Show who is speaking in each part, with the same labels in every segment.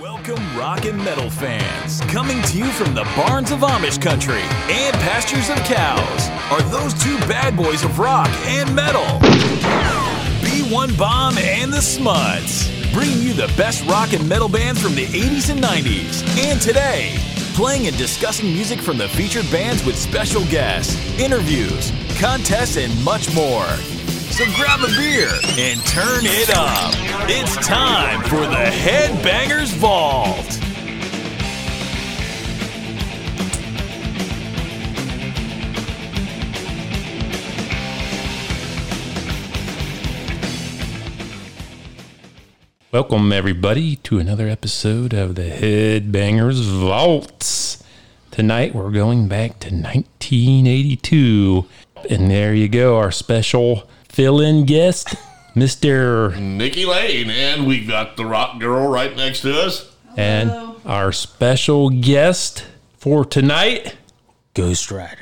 Speaker 1: Welcome, rock and metal fans, coming to you from the barns of Amish country and pastures of cows. Are those two bad boys of rock and metal? B1 Bomb and the Smuds, bringing you the best rock and metal bands from the 80s and 90s, and today, playing and discussing music from the featured bands with special guests, interviews, contests, and much more. So grab a beer and turn it up. It's time for the Headbangers Vault.
Speaker 2: Welcome everybody to another episode of the Headbangers Vaults. Tonight we're going back to 1982, and there you go, our special fill-in guest, Mister,
Speaker 3: Nikki Lane, and we got the rock girl right next to us.
Speaker 2: and our special guest for tonight,
Speaker 4: Ghost Rider.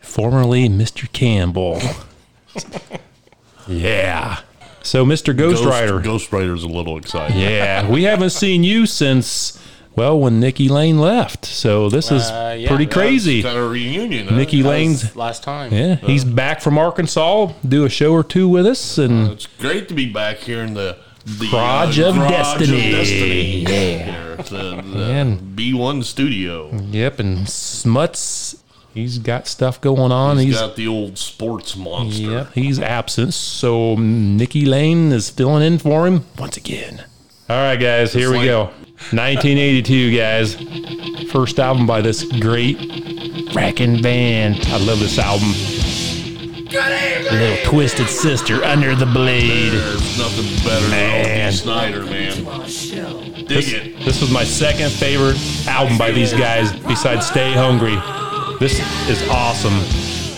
Speaker 2: formerly Mister Campbell. yeah. So Mister Ghost, Rider,
Speaker 3: Ghost Rider's a little excited.
Speaker 2: Yeah, we haven't seen you since well when Nikki Lane left. So this is
Speaker 4: Uh, yeah,
Speaker 2: pretty
Speaker 4: that
Speaker 2: crazy.
Speaker 3: It's kind of a reunion. Uh, huh?
Speaker 2: Nikki
Speaker 4: That
Speaker 2: Lane's
Speaker 4: was uh, last time.
Speaker 2: yeah, he's back from Arkansas, do a show or two with us,
Speaker 4: uh,
Speaker 2: and
Speaker 3: It's great to be back here in the. The uh,
Speaker 2: Garage of Destiny.
Speaker 3: Yeah. The,
Speaker 2: Man.
Speaker 3: B1 studio.
Speaker 2: yep, and Smuts, he's got stuff going on.
Speaker 3: He's
Speaker 2: He's,
Speaker 3: got the old sports monster.
Speaker 2: yep, he's absent, so Nikki Lane is filling in for him once again. All right, guys, here we
Speaker 3: like-
Speaker 2: go. 1982, guys. First album by this great fracking band. I love this album. Little Twisted Sister under the blade.
Speaker 3: There's nothing better than
Speaker 2: Man.
Speaker 3: L.D. Snyder, man. Dig it.
Speaker 2: This was my second favorite album by these guys, besides Stay Hungry. This is awesome.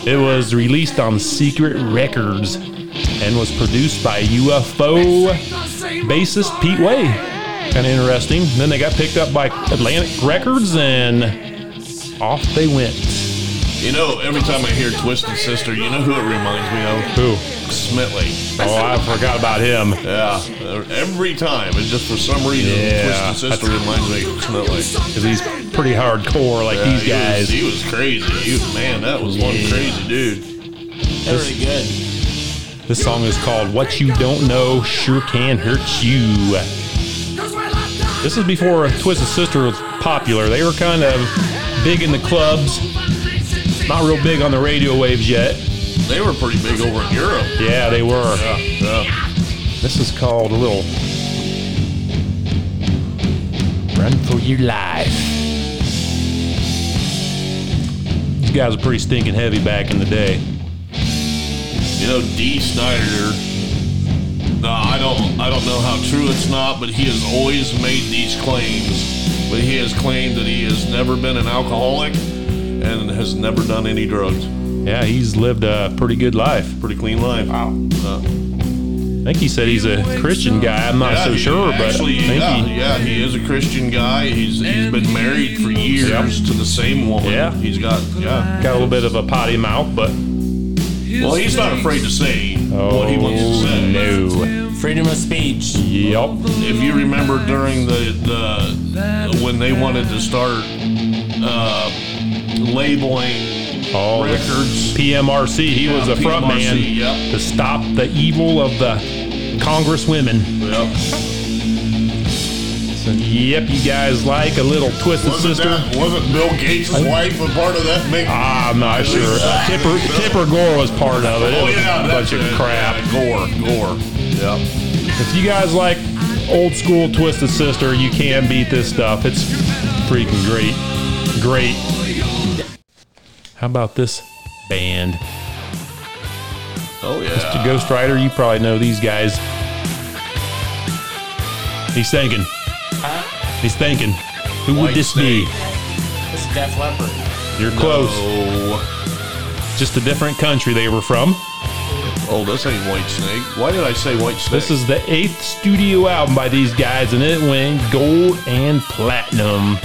Speaker 2: It was released on Secret Records and was produced by UFO bassist Pete Way. Kind of interesting. Then they got picked up by Atlantic Records and off they went.
Speaker 3: You know, every time I hear Twisted Sister, you know who it reminds me of?
Speaker 2: Who?
Speaker 3: Smitley.
Speaker 2: Oh, I forgot about him.
Speaker 3: Yeah, uh, every time. It's just for some reason,
Speaker 2: Yeah,
Speaker 3: Twisted Sister reminds me of Smitley.
Speaker 2: Because he's pretty hardcore like
Speaker 3: Yeah,
Speaker 2: these guys.
Speaker 3: He was, he was crazy. He was- man, that was one crazy dude.
Speaker 4: Very good.
Speaker 2: This song is called What You Don't Know Sure Can Hurt You. This is before Twisted Sister was popular. They were kind of big in the clubs, not real big on the radio waves yet.
Speaker 3: They were pretty big over in Europe.
Speaker 2: Yeah, they were.
Speaker 3: Yeah, yeah.
Speaker 2: This is called a little Run for Your Life. These guys were pretty stinking heavy back in the day.
Speaker 3: You know, D. Snyder. No, I don't. I don't know how true it's not, but he has always made these claims. But he has claimed that he has never been an alcoholic and has never done any drugs.
Speaker 2: Yeah, he's lived a pretty good life.
Speaker 3: Pretty clean life. Wow.
Speaker 2: I think he said he's a Christian guy. I'm not so sure, but
Speaker 3: actually,
Speaker 2: I think
Speaker 3: yeah,
Speaker 2: he,
Speaker 3: yeah, he is a Christian guy. He's he's been married for years to the same woman.
Speaker 2: Yeah.
Speaker 3: he's got yeah.
Speaker 2: Got a little bit of a potty mouth, but
Speaker 3: Well, he's not afraid to say what he wants to
Speaker 2: Oh,
Speaker 3: say.
Speaker 2: no.
Speaker 4: Freedom of speech.
Speaker 2: Yep.
Speaker 3: If you remember during the, the when they wanted to start uh, labeling
Speaker 2: Oh, this
Speaker 3: records,
Speaker 2: PMRC. He was a front man
Speaker 3: PMRC, yep.
Speaker 2: to stop the evil of the congresswomen.
Speaker 3: yep.
Speaker 2: So, yep, you guys like a little twisted
Speaker 3: wasn't
Speaker 2: sister.
Speaker 3: that wasn't Bill Gates' wife a part of that? Make-
Speaker 2: I'm not sure. Uh, Tipper Tipper Gore was part of it. It
Speaker 3: oh
Speaker 2: was
Speaker 3: yeah,
Speaker 2: a
Speaker 3: that's
Speaker 2: bunch of
Speaker 3: it.
Speaker 2: crap.
Speaker 3: Gore, Gore. Yep.
Speaker 2: If you guys like old school Twisted Sister, you can beat this stuff. It's freaking great. Great. How about this band?
Speaker 3: Oh yeah.
Speaker 2: to Ghost Rider, you probably know these guys. He's thinking. He's thinking. Who would
Speaker 3: White
Speaker 2: this
Speaker 4: This is Def Leppard.
Speaker 2: be? You're close.
Speaker 3: Oh,
Speaker 2: Just a different country they were from.
Speaker 3: oh, this ain't White Snake. Why did I say White Snake?
Speaker 2: This is the eighth studio album by these guys, and it went gold and platinum.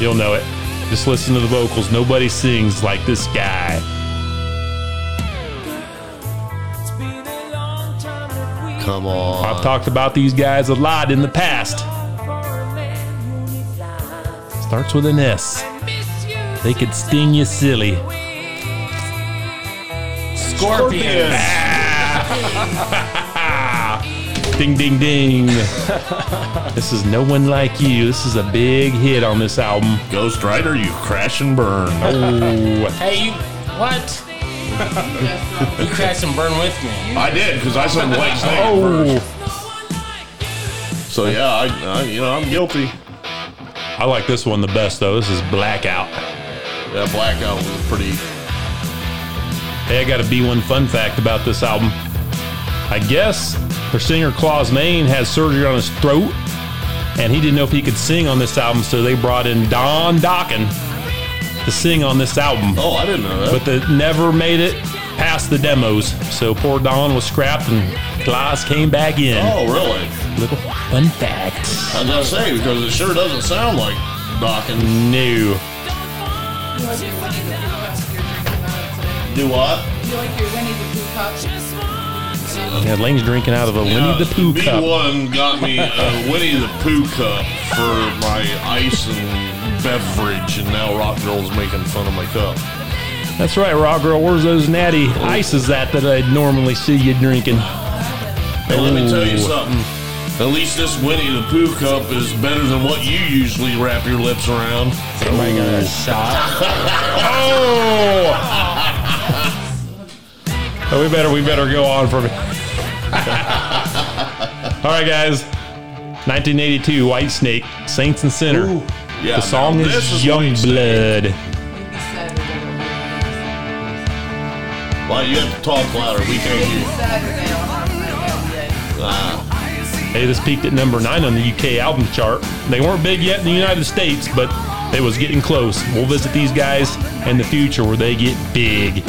Speaker 2: You'll know it. Just listen to the vocals. Nobody sings like this guy.
Speaker 3: Come on.
Speaker 2: I've talked about these guys a lot in the past. Starts with an S. They could sting you silly.
Speaker 4: Scorpions.
Speaker 2: Ding, ding, ding. this is No One Like You. This is a big hit on this album.
Speaker 3: Ghost Rider, you crash and burn.
Speaker 2: Oh,
Speaker 4: Hey, you. What? you crash and burn with me.
Speaker 3: I did because I said White Snake first.
Speaker 2: oh.
Speaker 3: So yeah, I, I you know I'm guilty.
Speaker 2: I like this one the best, though. This is Blackout.
Speaker 3: Yeah, Blackout was pretty.
Speaker 2: Hey, I got a B1 fun fact about this album. I guess her singer Claus Main had surgery on his throat, and he didn't know if he could sing on this album, so they brought in Don Dokken to sing on this album.
Speaker 3: Oh, I didn't know that.
Speaker 2: But they never made it past the demos, so poor Don was scrapped, and Claus came back in.
Speaker 3: oh, really?
Speaker 2: Little fun fact.
Speaker 3: I was gonna say because it sure doesn't sound like Dawkins.
Speaker 2: New.
Speaker 3: Do what?
Speaker 5: You like your Winnie the Pooh cup?
Speaker 2: Yeah, Lane's drinking out of a
Speaker 3: Yeah,
Speaker 2: Winnie the Pooh cup.
Speaker 3: B1 got me a Winnie the Pooh cup for my ice and beverage, and now Rock Girl's making fun of my cup.
Speaker 2: That's right, Raw Girl. Where's those natty ices at that I'd normally see you drinking?
Speaker 3: Hey, let me tell you
Speaker 2: Ooh.
Speaker 3: something. At least this Winnie the Pooh cup is better than what you usually wrap your lips around.
Speaker 4: Somebody got a shot.
Speaker 2: Oh! Oh, we better we better go on from. All right, guys. 1982, White Snake, Saints and Sinner.
Speaker 3: Yeah,
Speaker 2: the song
Speaker 3: now
Speaker 2: is,
Speaker 3: this is
Speaker 2: Young
Speaker 3: White Snake.
Speaker 2: Blood.
Speaker 5: Maybe Saturday.
Speaker 3: Why you have to talk louder? We can't hear.
Speaker 5: Maybe
Speaker 3: you.
Speaker 5: Saturday. I'll have my milk yet.
Speaker 2: Hey, this peaked at number nine on the UK album chart. They weren't big yet in the United States, but it was getting close. We'll visit these guys in the future where they get big.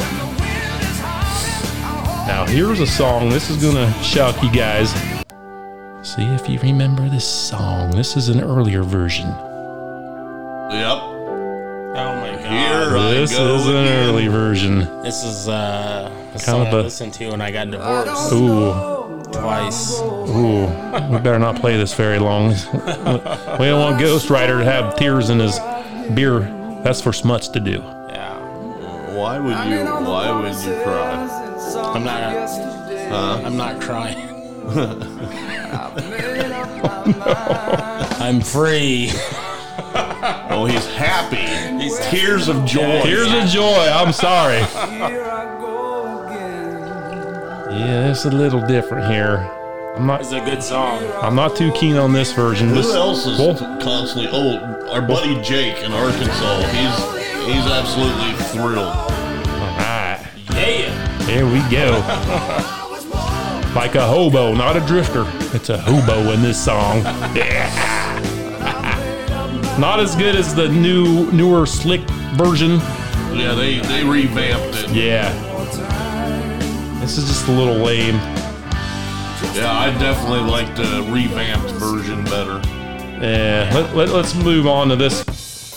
Speaker 2: Now, here's a song. This is going to shock you guys. See if you remember this song. This is an earlier version.
Speaker 3: Yep.
Speaker 4: Oh my god.
Speaker 3: Here
Speaker 2: This
Speaker 3: I go
Speaker 2: is an
Speaker 3: again.
Speaker 2: early version.
Speaker 4: This is uh, a song I
Speaker 2: a-
Speaker 4: listened to when I got divorced
Speaker 2: Ooh,
Speaker 4: twice.
Speaker 2: ooh. We better not play this very long. We don't want Ghost Rider to have tears in his beer. That's for Smuts to do.
Speaker 4: Yeah.
Speaker 3: Why would you? Why would you cry?
Speaker 4: I'm not. I'm not crying. I'm free.
Speaker 3: Oh, he's happy. tears of joy.
Speaker 2: Here's a joy. I'm sorry. Yeah, it's a little different here. I'm
Speaker 4: It's
Speaker 2: not.
Speaker 4: a good song.
Speaker 2: I'm not too keen on this version. This,
Speaker 3: Who else is
Speaker 2: Well,
Speaker 3: constantly? Oh, our buddy Jake in Arkansas. He's he's absolutely thrilled.
Speaker 2: all right.
Speaker 4: Yeah.
Speaker 2: Here we go. Like a hobo, not a drifter. It's a hobo in this song. Yeah. not as good as the new, newer, slick version.
Speaker 3: Yeah, they they revamped it.
Speaker 2: Yeah. This is just a little lame.
Speaker 3: Yeah, I definitely like the revamped version better.
Speaker 2: Yeah, let, let, let's move on to this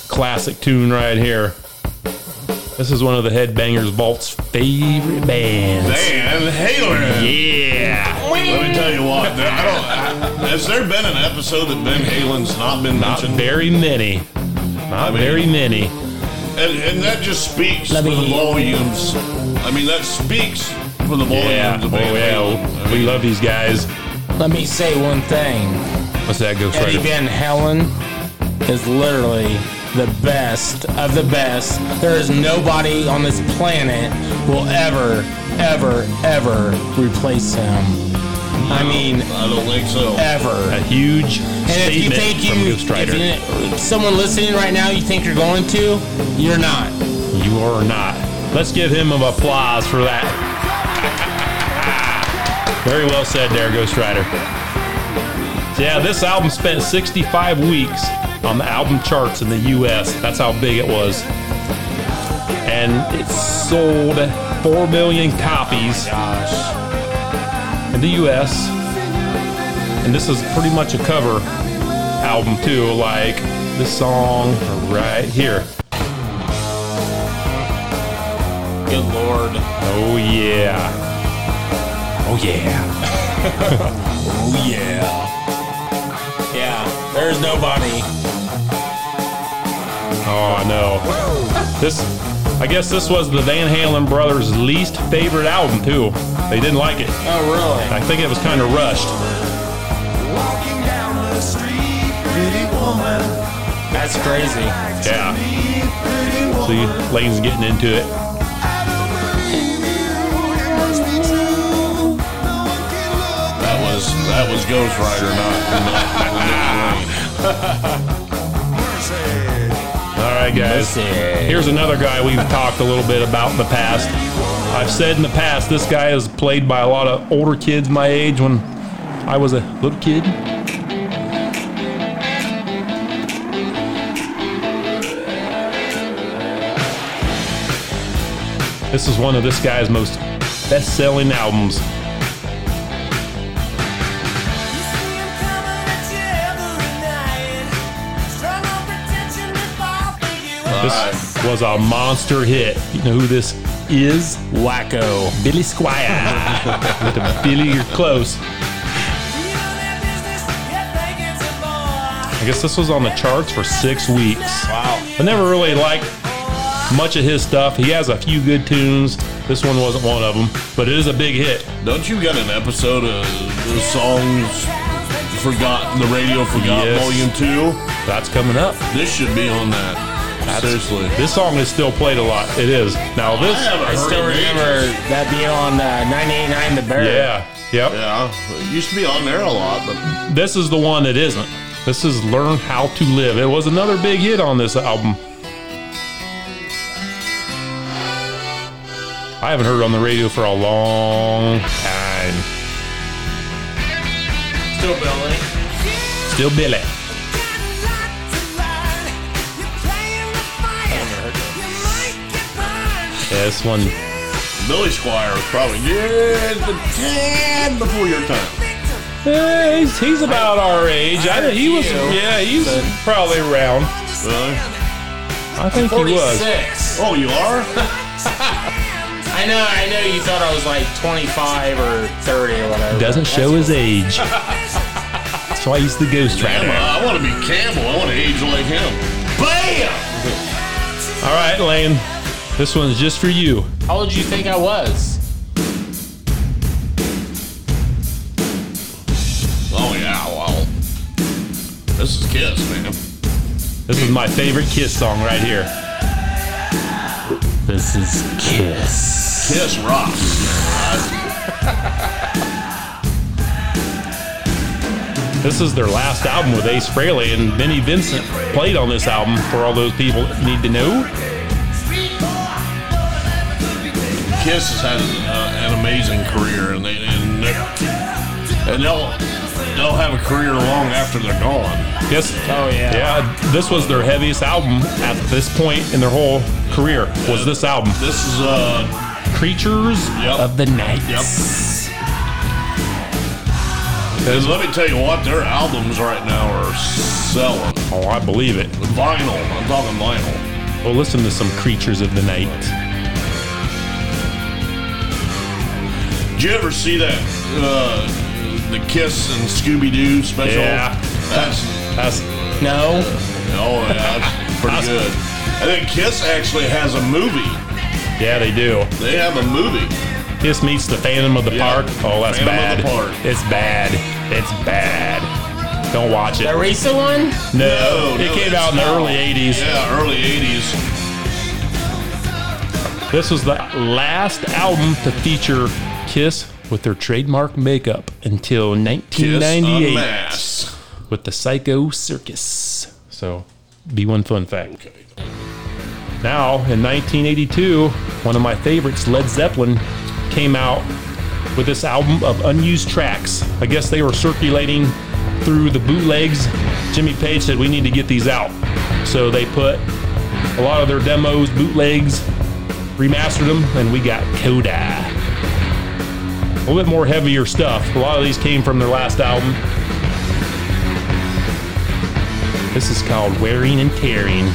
Speaker 2: classic tune right here. This is one of the Headbangers Vault's favorite bands.
Speaker 3: Van Halen.
Speaker 2: Yeah.
Speaker 3: Let me tell you what. there- I don't. I, has there been an episode that Van Halen's not been
Speaker 2: Not
Speaker 3: mentioned?
Speaker 2: very many. Not
Speaker 3: mean-
Speaker 2: very many.
Speaker 3: And, and that just speaks
Speaker 4: Let
Speaker 3: for the
Speaker 4: me-
Speaker 3: volumes. I mean, that speaks for the volumes
Speaker 2: Yeah.
Speaker 3: of
Speaker 2: Oh,
Speaker 3: Van
Speaker 2: yeah.
Speaker 3: Halen. I
Speaker 2: We
Speaker 3: mean,
Speaker 2: love these guys.
Speaker 4: Let me say one thing.
Speaker 2: What's that, Ghost
Speaker 4: Eddie
Speaker 2: Rider?
Speaker 4: Van Halen is literally the best of the best. There is nobody on this planet who will ever, ever, ever replace him. I mean,
Speaker 3: I don't think so.
Speaker 4: ever.
Speaker 2: A huge
Speaker 4: And if you
Speaker 2: statement
Speaker 4: think
Speaker 2: from
Speaker 4: you,
Speaker 2: Ghost Rider. You,
Speaker 4: if you, someone listening right now, you think you're going to, you're not.
Speaker 2: are not. Let's give him an applause for that. very well said there, Ghost Rider. Yeah, this album spent 65 weeks on the album charts in the U.S. That's how big it was. And it sold 4 million copies.
Speaker 4: Gosh,
Speaker 2: in the US. And this is pretty much a cover album too, like this song right here.
Speaker 4: good lord.
Speaker 2: Oh yeah. Oh yeah.
Speaker 4: Oh yeah. Yeah, there's nobody.
Speaker 2: Oh, I know. This, I guess this was the Van Halen brothers' least favorite album too. They didn't like it.
Speaker 4: Oh really?
Speaker 2: I think it was kind of rushed.
Speaker 6: Walking down the street, pretty woman.
Speaker 4: That's crazy.
Speaker 2: Yeah.
Speaker 6: Pretty woman.
Speaker 2: See, Lane's getting into it.
Speaker 6: I don't believe you. It must be true. No one can look.
Speaker 3: That was that was Ghost Rider, not. not Lane.
Speaker 2: All right, guys. Here's another guy we've talked a little bit about in the past. I've said in the past this guy is played by a lot of older kids my age when I was a little kid. This is one of this guy's most best-selling albums. This was a monster hit. You know who this is?
Speaker 4: Wacko.
Speaker 2: Billy Squire. With a Billy, you're close. I guess this was on the charts for six weeks.
Speaker 4: Wow.
Speaker 2: I never really liked much of his stuff. He has a few good tunes. This one wasn't one of them, but it is a big hit.
Speaker 3: Don't you got an episode of the songs forgotten, the radio forgot
Speaker 2: Yes.
Speaker 3: volume two?
Speaker 2: That's coming up.
Speaker 3: This should be on that. Seriously,
Speaker 2: This song is still played a lot. It is. Now this.
Speaker 3: I haven't
Speaker 4: I
Speaker 3: heard
Speaker 4: still
Speaker 3: it in
Speaker 4: remember
Speaker 3: ages.
Speaker 4: that being on uh, 989 The Bear.
Speaker 2: Yeah. Yep.
Speaker 3: Yeah, it used to be on there a lot, but
Speaker 2: This is the one that isn't. This is Learn How to Live. It was another big hit on this album. I haven't heard it on the radio for a long time.
Speaker 4: Still building.
Speaker 2: Still Billy. Yeah, this one.
Speaker 3: Billy Squire was probably just a tad before your time.
Speaker 2: eh, he's, he's about our age. I,
Speaker 4: heard
Speaker 2: he was.
Speaker 4: you,
Speaker 2: Yeah, he's probably around.
Speaker 3: Really?
Speaker 2: I think he was.
Speaker 4: 46.
Speaker 3: Oh, you are?
Speaker 4: I know, I know you thought I was like 25 or 30 or whatever.
Speaker 2: Doesn't show his age. That's why he's the ghost
Speaker 3: Damn,
Speaker 2: rider.
Speaker 3: I, want to be Campbell. I want to age like him. Bam!
Speaker 2: All right, Lane. This one's just for you.
Speaker 4: How old do you think I was?
Speaker 3: Oh yeah, wow. This is Kiss, man.
Speaker 2: This is my favorite Kiss song right here.
Speaker 4: This is Kiss.
Speaker 3: Kiss rocks.
Speaker 2: This is their last album with Ace Frehley and Benny Vincent played on this album for all those people that need to know.
Speaker 3: Kiss has had an, uh, an amazing career, and they and, they- and they'll they'll have a career long after they're gone.
Speaker 2: Yes.
Speaker 4: Oh, yeah.
Speaker 2: Yeah, this was their heaviest album at this point in their whole career. Was this album
Speaker 3: This is uh,
Speaker 2: Creatures
Speaker 3: Yep.
Speaker 2: of the Night?
Speaker 3: yep. And let me tell you what, their albums right now are selling.
Speaker 2: Oh, I believe it.
Speaker 3: Vinyl, I'm talking vinyl.
Speaker 2: Well, listen to some Creatures of the Night.
Speaker 3: Did you ever see that uh, the Kiss and Scooby Doo special?
Speaker 2: Yeah.
Speaker 3: That's
Speaker 2: That's
Speaker 4: No?
Speaker 3: Oh, yeah, that's pretty good. I think Kiss actually has a movie.
Speaker 2: yeah, they do.
Speaker 3: They have a movie.
Speaker 2: Kiss meets the Phantom of the
Speaker 3: Yeah.
Speaker 2: Park. Oh, that's
Speaker 3: Phantom
Speaker 2: bad.
Speaker 3: of the Park.
Speaker 2: It's bad. It's bad. Don't watch it.
Speaker 4: The recent one?
Speaker 2: No,
Speaker 3: No,
Speaker 2: it
Speaker 3: no,
Speaker 2: came
Speaker 3: it's
Speaker 2: out in the
Speaker 3: not.
Speaker 2: early '80s.
Speaker 3: Yeah, early '80s.
Speaker 2: This was the last album to feature Kiss with their trademark makeup until
Speaker 3: Kiss
Speaker 2: 1998
Speaker 3: Unmasked.
Speaker 2: with the Psycho Circus. So, be one fun fact. Now, in 1982, one of my favorites, Led Zeppelin, came out with this album of unused tracks. I guess they were circulating through the bootlegs. Jimmy Page said, We need to get these out. So they put a lot of their demos, bootlegs, remastered them, and we got Koda. A little bit more heavier stuff. A lot of these came from their last album. This is called Wearing and Tearing.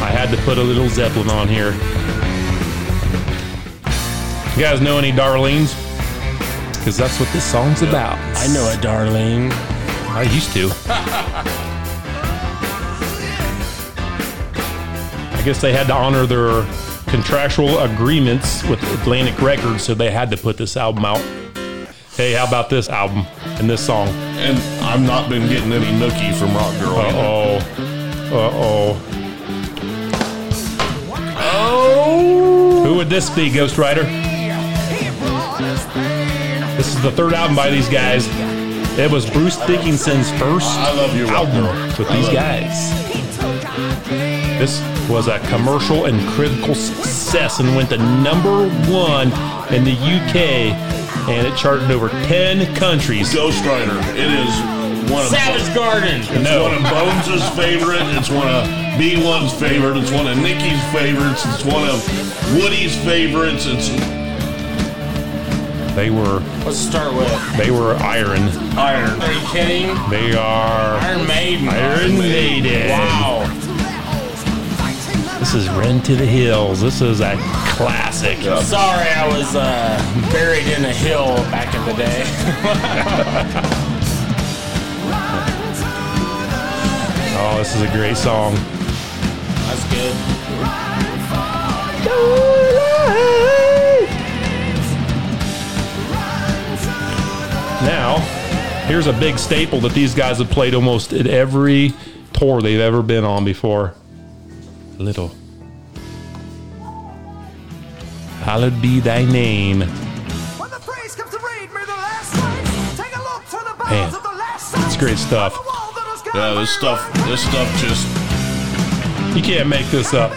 Speaker 2: I had to put a little Zeppelin on here. You guys know any Darlings? because that's what this song's about.
Speaker 4: I know it, darling.
Speaker 2: I used to. I guess they had to honor their contractual agreements with Atlantic Records, so they had to put this album out. Hey, how about this album and this song?
Speaker 3: And I've not been getting any nookie from Rock Girl.
Speaker 2: Uh
Speaker 3: either.
Speaker 2: oh. Uh oh. Oh! Who would this be, Ghost Rider? This is the third album by these guys. It was Bruce Dickinson's first
Speaker 3: I love you, Rock
Speaker 2: album
Speaker 3: Girl.
Speaker 2: with
Speaker 3: I
Speaker 2: these
Speaker 3: love you.
Speaker 2: guys. This was a commercial and critical success and went to number one in the UK, and it charted over 10 countries.
Speaker 3: Ghost Rider. It is one of
Speaker 4: Savage Garden.
Speaker 3: It's
Speaker 2: No.
Speaker 3: one of Bones' favorite. It's one of B1's favorite. It's one of Nikki's favorites. It's one of Woody's favorites. It's
Speaker 2: They were
Speaker 4: Let's start with.
Speaker 2: they were iron.
Speaker 3: Iron.
Speaker 4: Are you kidding?
Speaker 2: They are
Speaker 4: Iron Maiden.
Speaker 2: Iron Maiden.
Speaker 4: Wow.
Speaker 2: This is Run to the Hills. This is a classic.
Speaker 4: Sorry, I was uh, buried in a hill back in the day.
Speaker 2: Oh, this is a great song.
Speaker 4: That's good.
Speaker 2: Now, here's a big staple that these guys have played almost at every tour they've ever been on before. Little. Hallowed be thy name.
Speaker 6: When the praise comes to read, may the last words take a look through the
Speaker 2: Man,
Speaker 6: bars of the last song.
Speaker 2: It's great stuff.
Speaker 3: Yeah, this stuff. This stuff just
Speaker 2: You can't make this up.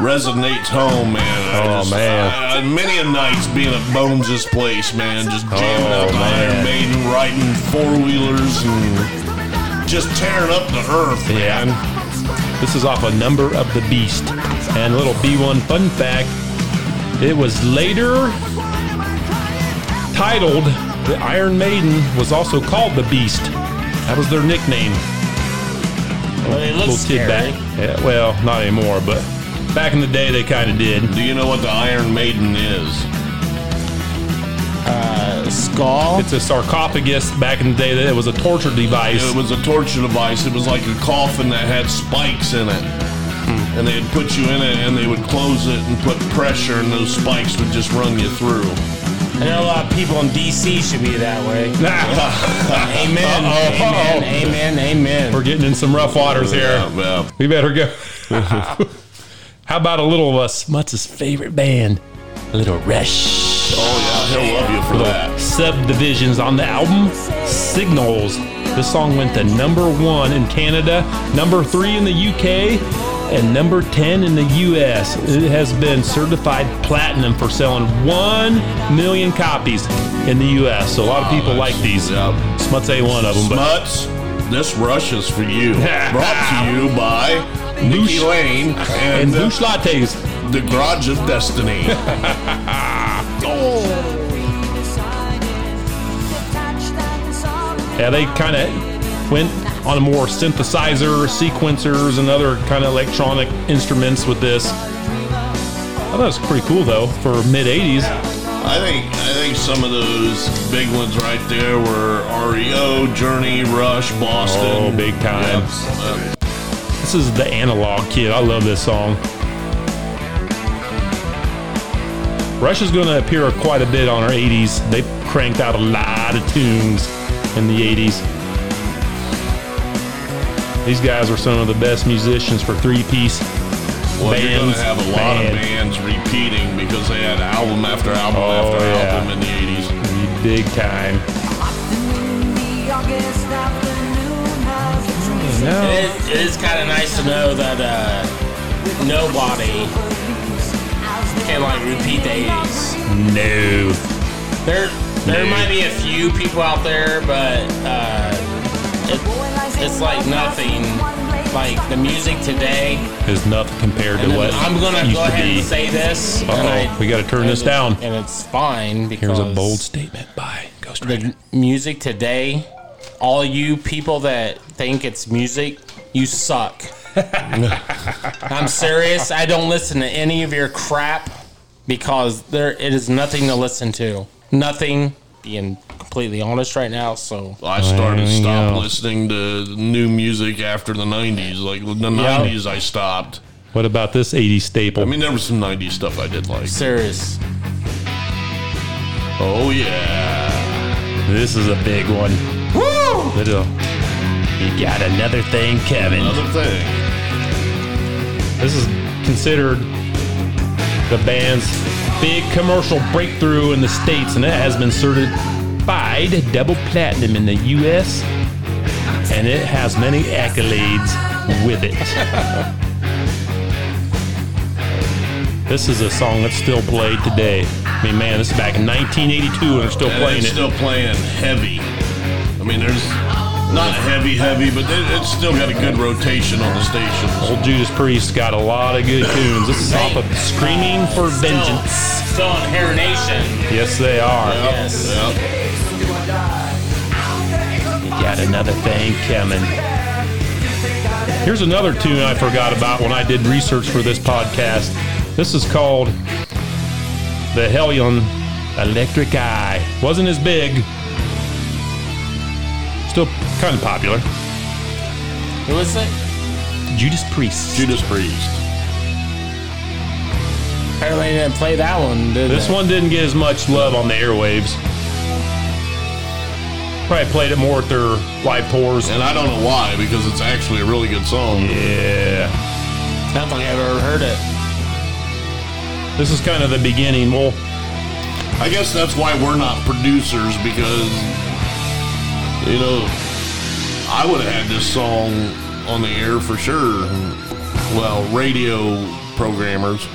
Speaker 3: resonates home, man. I
Speaker 2: Oh,
Speaker 3: just-
Speaker 2: man.
Speaker 3: I- I- many a nights being at Bones' place, man, just jamming
Speaker 2: Oh,
Speaker 3: out to
Speaker 2: man.
Speaker 3: Iron Maiden, riding four wheelers, and just tearing up the earth,
Speaker 2: Yeah.
Speaker 3: man.
Speaker 2: This is off a number of the beast. And a little B1 fun fact it was later titled The Iron Maiden, was also called The Beast. That was their nickname.
Speaker 4: Well, it looks scary.
Speaker 2: Yeah, well, not anymore, but back in the day they kind of did.
Speaker 3: Do you know what the Iron Maiden is?
Speaker 4: Uh, skull.
Speaker 2: It's a sarcophagus back in the day that it was a torture device.
Speaker 3: It was a torture device. It was like a coffin that had spikes in it. And they'd put you in it and they would close it and put pressure, and those spikes would just run you through.
Speaker 4: I know a lot of people in DC should be that way. Amen.
Speaker 2: Uh-oh.
Speaker 4: Amen. Amen. Amen.
Speaker 2: We're getting in some rough waters here.
Speaker 3: Yeah, yeah.
Speaker 2: We better go. How about a little uh, Smuts' favorite band, Little Rush?
Speaker 3: Oh, yeah, he'll love you for that.
Speaker 2: Subdivisions on the album, Signals. This song went to number one in Canada, number three in the UK, and number 10 in the US. It has been certified platinum for selling 1 million copies in the US. So a lot of people like these.
Speaker 3: Oh, Yeah.
Speaker 2: Smuts ain't one of them. But
Speaker 3: Smuts, this rush is for you. Brought to you by Nikki
Speaker 2: Noosh-
Speaker 3: Lane
Speaker 2: and
Speaker 3: and
Speaker 2: Boosh Lattes.
Speaker 3: the Garage of Destiny.
Speaker 2: Yeah, they kind of went on a more synthesizer, sequencers, and other kind of electronic instruments with this. I thought it was pretty cool though for mid 80s.
Speaker 3: I think I think some of those big ones right there were REO, Journey, Rush, Boston.
Speaker 2: Oh, big time.
Speaker 3: Yep.
Speaker 2: This is the analog kid. I love this song. Rush is going to appear quite a bit on our 80s. They cranked out a lot of tunes in the 80s. These guys were some of the best musicians for three piece.
Speaker 3: Well, you're going
Speaker 2: bands,
Speaker 3: to have a lot of bands repeating because they had album after album
Speaker 2: Oh,
Speaker 3: after
Speaker 2: yeah.
Speaker 3: album in the 80s.
Speaker 2: Big time.
Speaker 4: It
Speaker 2: No.
Speaker 4: is, it is kind of nice to know that uh, nobody can like repeat the 80s.
Speaker 2: No.
Speaker 4: There, there
Speaker 2: No.
Speaker 4: might be a few people out there, but uh, it, it's like nothing. Like the music today.
Speaker 2: Is nothing compared to
Speaker 4: And
Speaker 2: what
Speaker 4: I'm gonna
Speaker 2: used
Speaker 4: go
Speaker 2: to
Speaker 4: ahead
Speaker 2: be.
Speaker 4: and say this. and
Speaker 2: Uh-oh,
Speaker 4: I-
Speaker 2: we gotta turn
Speaker 4: and
Speaker 2: this
Speaker 4: it's-
Speaker 2: down.
Speaker 4: And it's fine because
Speaker 2: Here's a bold statement by Ghost Rider.
Speaker 4: the music today, all you people that think it's music, you suck. I'm serious. I don't listen to any of your crap because there it is nothing to listen to. Nothing being completely honest right now. So
Speaker 3: I started
Speaker 2: There you
Speaker 3: stopped
Speaker 2: go.
Speaker 3: listening to new music after the '90s. Like the '90s, I stopped.
Speaker 2: What about this 80s staple?
Speaker 3: I mean, there was some '90s stuff I did like.
Speaker 4: serious.
Speaker 3: Oh yeah,
Speaker 2: this is a big one. Woo! You got another thing, Kevin.
Speaker 3: another thing.
Speaker 2: This is considered the band's big commercial breakthrough in the States, and it has been certified double platinum in the US, and it has many accolades with it. this is a song that's still played today. I mean, man, this is back in 1982, and they're still
Speaker 3: And
Speaker 2: playing
Speaker 3: it's
Speaker 2: it.
Speaker 3: still playing heavy. I mean, there's not heavy, heavy, but it, it's still got a good rotation on the stations.
Speaker 2: Old Judas Priest got a lot of good tunes. This is off of Screaming for Vengeance.
Speaker 4: Still in Hair Nation.
Speaker 2: Yes, they are.
Speaker 4: Yes.
Speaker 3: Yep.
Speaker 2: Got another thing coming. Here's another tune I forgot about when I did research for this podcast. This is called The Hellion Electric Eye. Wasn't as big. Still kind of popular.
Speaker 4: Who is it?
Speaker 2: Judas Priest.
Speaker 3: Judas Priest.
Speaker 4: Apparently they didn't play that one, did
Speaker 2: This
Speaker 4: they?
Speaker 2: one didn't get as much love on the airwaves. Probably played it more at their live tours.
Speaker 3: And I don't know why, because it's actually a really good song.
Speaker 2: Yeah.
Speaker 4: I don't think I've ever heard it.
Speaker 2: This is kind of the beginning. Well,
Speaker 3: I guess that's why we're not producers because you know I would have had this song on the air for sure. Well, radio programmers.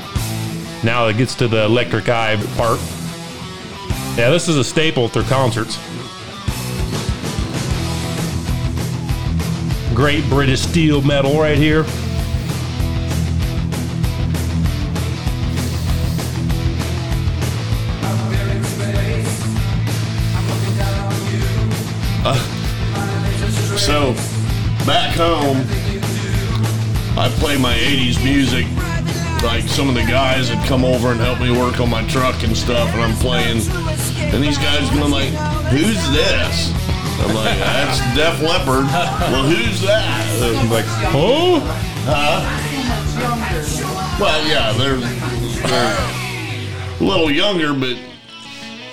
Speaker 2: now it gets to the electric eye part. Yeah, this is a staple at their concerts. Great British steel metal right here.
Speaker 3: So back home, I play my '80s music. Like some of the guys had come over and helped me work on my truck and stuff, and I'm playing. And these guys are like, "Who's this?" I'm like, "That's Def Leppard." Well, who's that?
Speaker 2: I'm like, oh,
Speaker 3: Well, yeah, they're, they're a little younger, but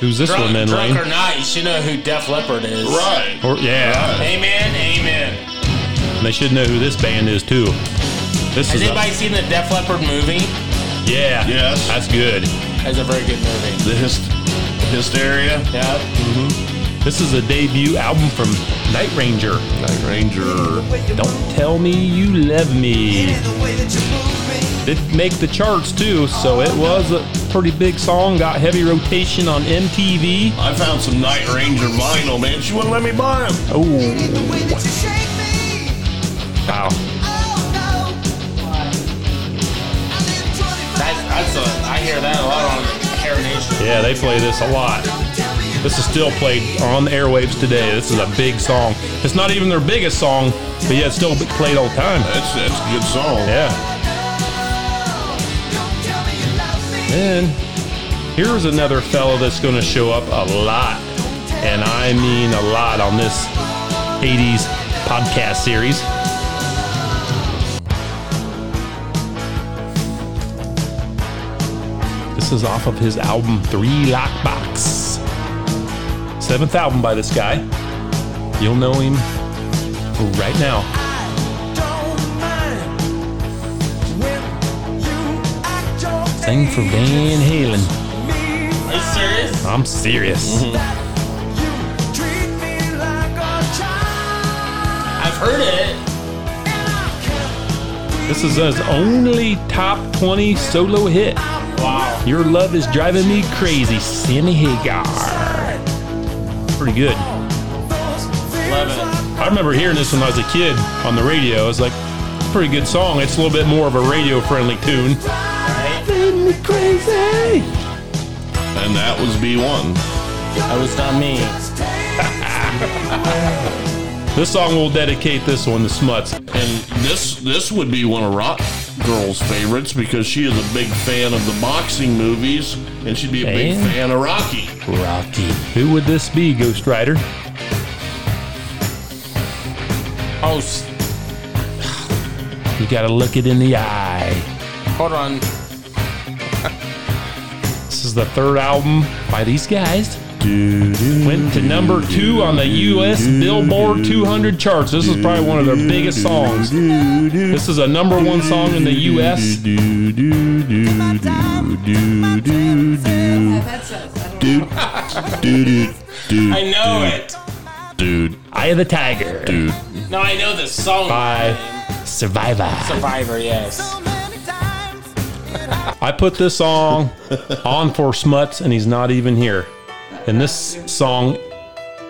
Speaker 2: who's this one
Speaker 4: Drunk,
Speaker 2: then,
Speaker 4: drunk or
Speaker 2: Lane?
Speaker 4: not, you should know who Def Leppard is.
Speaker 3: right.
Speaker 2: Or, yeah,
Speaker 4: Amen, amen.
Speaker 2: and they should know who this band is too. This
Speaker 4: Has
Speaker 2: is
Speaker 4: anybody
Speaker 2: a,
Speaker 4: seen the Def Leppard movie?
Speaker 2: yeah,
Speaker 3: Yes.
Speaker 2: that's good.
Speaker 4: It's a very good movie.
Speaker 3: The hyst- hysteria.
Speaker 4: Yeah.
Speaker 2: This is a debut album from Night Ranger.
Speaker 3: Night Ranger.
Speaker 2: Don't tell me you love me. Did make the charts too, so it was a pretty big song. Got heavy rotation on MTV.
Speaker 3: I found some Night Ranger vinyl, man. She wouldn't let me buy them.
Speaker 2: Oh, wow.
Speaker 4: That's, that's a, I hear that a lot on Hair Nation.
Speaker 2: Yeah, they play this a lot. This is still played on the airwaves today. This is a big song. It's not even their biggest song, but yeah, it's still played all the time.
Speaker 3: That's that's a good song.
Speaker 2: Yeah. And here's another fellow that's going to show up a lot, and I mean a lot on this 80s podcast series. This is off of his album Three Lockbox. Seventh album by this guy. You'll know him right now. Sing for Van Halen.
Speaker 4: Are you serious?
Speaker 2: I'm serious.
Speaker 4: I've heard it.
Speaker 2: This is his only top 20 solo hit.
Speaker 4: Wow.
Speaker 2: Your love is driving me crazy, Sammy Hagar. Pretty good.
Speaker 4: Love it.
Speaker 2: I remember hearing this when I was a kid on the radio. It's like pretty good song. It's a little bit more of a radio-friendly tune.
Speaker 4: Right?
Speaker 2: Driving me crazy.
Speaker 3: And that was B1.
Speaker 4: That was not me.
Speaker 2: This song will dedicate this one to Smuts.
Speaker 3: And this this would be one of Rock girl's favorites because she is a big fan of the boxing movies and she'd be a big
Speaker 2: Yeah.
Speaker 3: fan of Rocky.
Speaker 4: Rocky.
Speaker 2: Who would this be, Ghost Rider?
Speaker 4: Oh, s-
Speaker 2: You gotta look it in the eye.
Speaker 4: hold on.
Speaker 2: This is the third album by these guys. Went to number two on the U.S. Billboard 200 charts. This is probably one of their biggest songs. This is a number one song in the U.S.
Speaker 5: have headsets. I don't
Speaker 3: Dude,
Speaker 5: know.
Speaker 3: dude, dude,
Speaker 4: I know it.
Speaker 3: dude,
Speaker 2: Eye of the Tiger
Speaker 3: dude.
Speaker 4: No, I know the song.
Speaker 2: by Survivor.
Speaker 4: Survivor, yes.
Speaker 2: I put this song on for Smuts, and he's not even here. And this song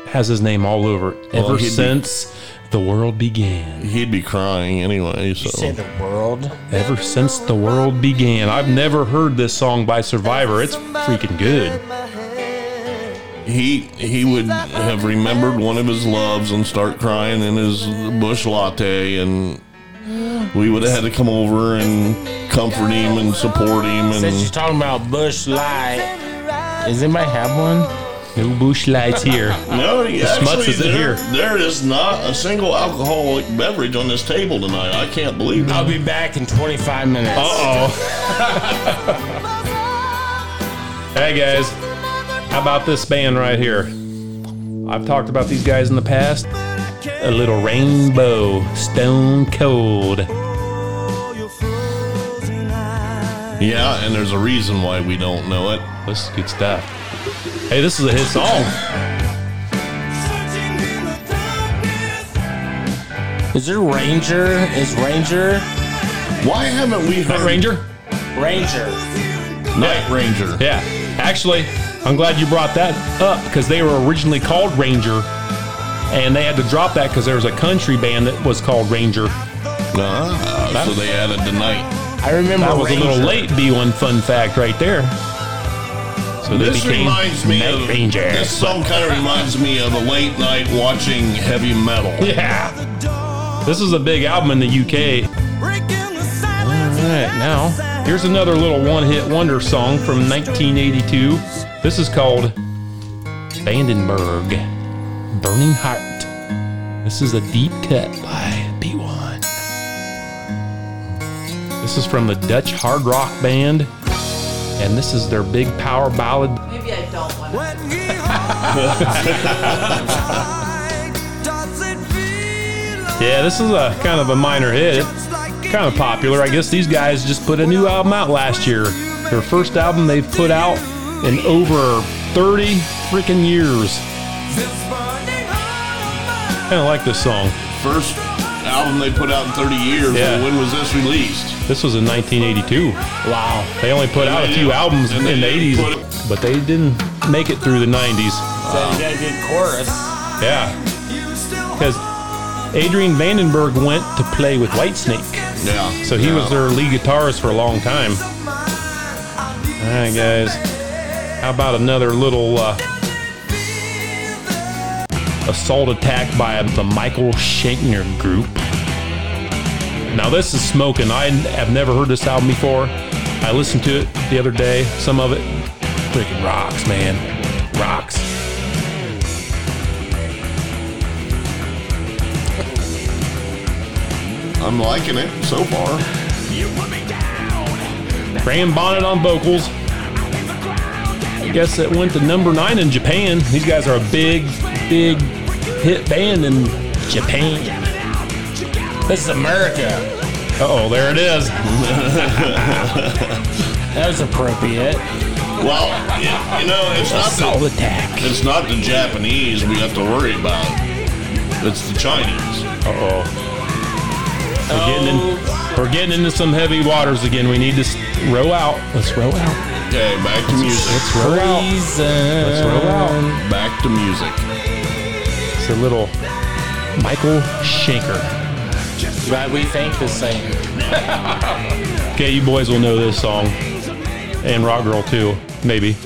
Speaker 2: has his name all over it
Speaker 3: Well,
Speaker 2: ever
Speaker 3: he'd be-
Speaker 2: since the world began.
Speaker 3: He'd be crying anyway. So
Speaker 4: Say the world.
Speaker 2: Ever since the world began, I've never heard this song by Survivor. It's freaking good.
Speaker 3: he he would have remembered one of his loves and start crying in his bush latte and we would have had to come over and comfort him and support him
Speaker 4: Since you're
Speaker 3: and
Speaker 4: talking about Bush Light, does anybody have one?
Speaker 2: No bush lights here.
Speaker 3: no he
Speaker 2: Smuts
Speaker 3: actually,
Speaker 2: isn't
Speaker 3: there,
Speaker 2: here.
Speaker 3: there is not a single alcoholic beverage on this table tonight i can't believe
Speaker 4: I'll
Speaker 3: it
Speaker 4: be back in 25 minutes.
Speaker 2: Uh-oh. Hey guys, how about this band right here? I've talked about these guys in the past. A little rainbow, stone cold.
Speaker 3: yeah and there's a reason why we don't know it
Speaker 2: This is good stuff. Hey, this is a hit song.
Speaker 4: Is there Ranger? Is Ranger?
Speaker 3: why haven't we heard
Speaker 2: Night Ranger?
Speaker 4: Ranger.
Speaker 3: night ranger
Speaker 2: Yeah. Actually, I'm glad you brought that up because they were originally called Ranger and they had to drop that because there was a country band that was called Ranger.
Speaker 3: Ah, so they added the night
Speaker 4: I remember
Speaker 2: That was a little
Speaker 4: Ranger.
Speaker 2: late B1 fun fact right there. So they
Speaker 3: this
Speaker 2: became
Speaker 3: reminds me
Speaker 2: Night
Speaker 3: of
Speaker 2: Ranger.
Speaker 3: this song kind of reminds me of a late night watching heavy metal
Speaker 2: yeah. This is a big album in the UK. All right, now here's another little one-hit wonder song from 1982. This is called Vandenberg Burning Heart. This is a deep cut by B1. This is from the Dutch hard rock band, and this is their big power ballad.
Speaker 5: Maybe I don't want to.
Speaker 2: Yeah, this is a kind of a minor hit. Kind of popular. I guess these guys just put a new album out last year. Their first album they've put out in over 30 freaking years. Kind of like this song.
Speaker 3: first album they put out in 30 years.
Speaker 2: Yeah.
Speaker 3: When was this released?
Speaker 2: This was in 1982.
Speaker 4: Wow.
Speaker 2: They only put out a few albums in the 80s, but they didn't make it through the 90s.
Speaker 4: So
Speaker 3: Uh,
Speaker 4: you got a good chorus.
Speaker 2: Yeah. Because Adrian Vandenberg went to play with Whitesnake.
Speaker 3: Yeah.
Speaker 2: So he was their lead guitarist for a long time. All right, guys. How about another little uh, assault attack by the Michael Shankner group? Now, this is smoking. I have never heard this album before. I listened to it the other day, some of it. Freaking rocks, man. Rocks.
Speaker 3: I'm liking it so far.
Speaker 2: Graham Bonnet on vocals. I guess it went to number nine in Japan. These guys are a big, big hit band in Japan.
Speaker 4: This is America.
Speaker 2: Uh oh, there it is.
Speaker 4: That was appropriate.
Speaker 3: Well, y- you know, it's not
Speaker 2: Assault
Speaker 3: the,
Speaker 2: attack.
Speaker 3: it's not the Japanese we have to worry about. It's the Chinese.
Speaker 2: Uh oh. We're getting,
Speaker 4: Oh.
Speaker 2: in, we're getting into some heavy waters again. We need to s- row out. Let's row out.
Speaker 3: Okay, back to music.
Speaker 2: Let's row out. Let's
Speaker 4: Reason.
Speaker 2: row out.
Speaker 3: Back to music.
Speaker 2: It's a little Michael Shanker.
Speaker 4: But we think the same.
Speaker 2: Okay, you boys will know this song. And Rock Girl, too, maybe.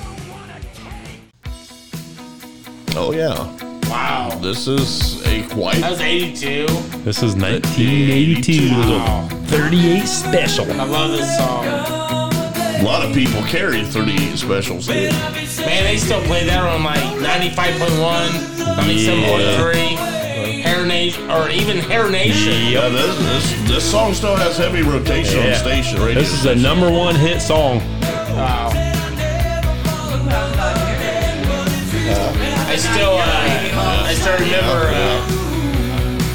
Speaker 3: Oh yeah.
Speaker 4: Wow.
Speaker 3: This is a quite.
Speaker 4: That was 82.
Speaker 2: This is 1982.
Speaker 4: Wow.
Speaker 2: 38 special.
Speaker 4: I love this song. Man,
Speaker 3: A lot of people carry 38 specials. Here.
Speaker 4: they still play that on like 95.1, 97.3, Hair Nation, or even Hair Nation.
Speaker 3: Yeah, this, this this song still has heavy rotation on
Speaker 2: Yeah.
Speaker 3: the station. Radio
Speaker 2: This is a number one hit song.
Speaker 4: Wow. I still, uh, I still remember uh,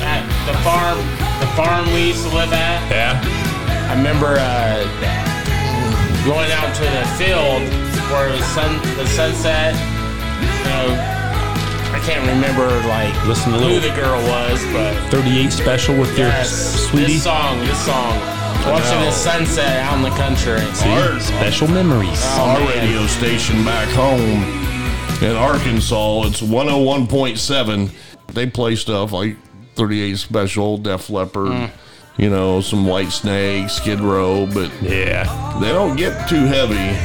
Speaker 4: at the farm, the farm we used to live at.
Speaker 2: Yeah.
Speaker 4: I remember uh, going out to the field where it was sun, the sunset. You know, I can't remember like
Speaker 2: Listen to
Speaker 4: who
Speaker 2: little
Speaker 4: the girl was, but
Speaker 2: 38 special with your
Speaker 4: yes,
Speaker 2: sweetie.
Speaker 4: this song, this song, watching the sunset out in the country.
Speaker 3: Our-
Speaker 2: Special memories.
Speaker 3: our
Speaker 4: man.
Speaker 3: radio station back home in Arkansas. It's 101.7. They play stuff like 38 Special, Def Leppard,
Speaker 2: Hmm.
Speaker 3: you know, some White Snake, Skid Row, but
Speaker 2: Yeah.
Speaker 3: they don't get too heavy.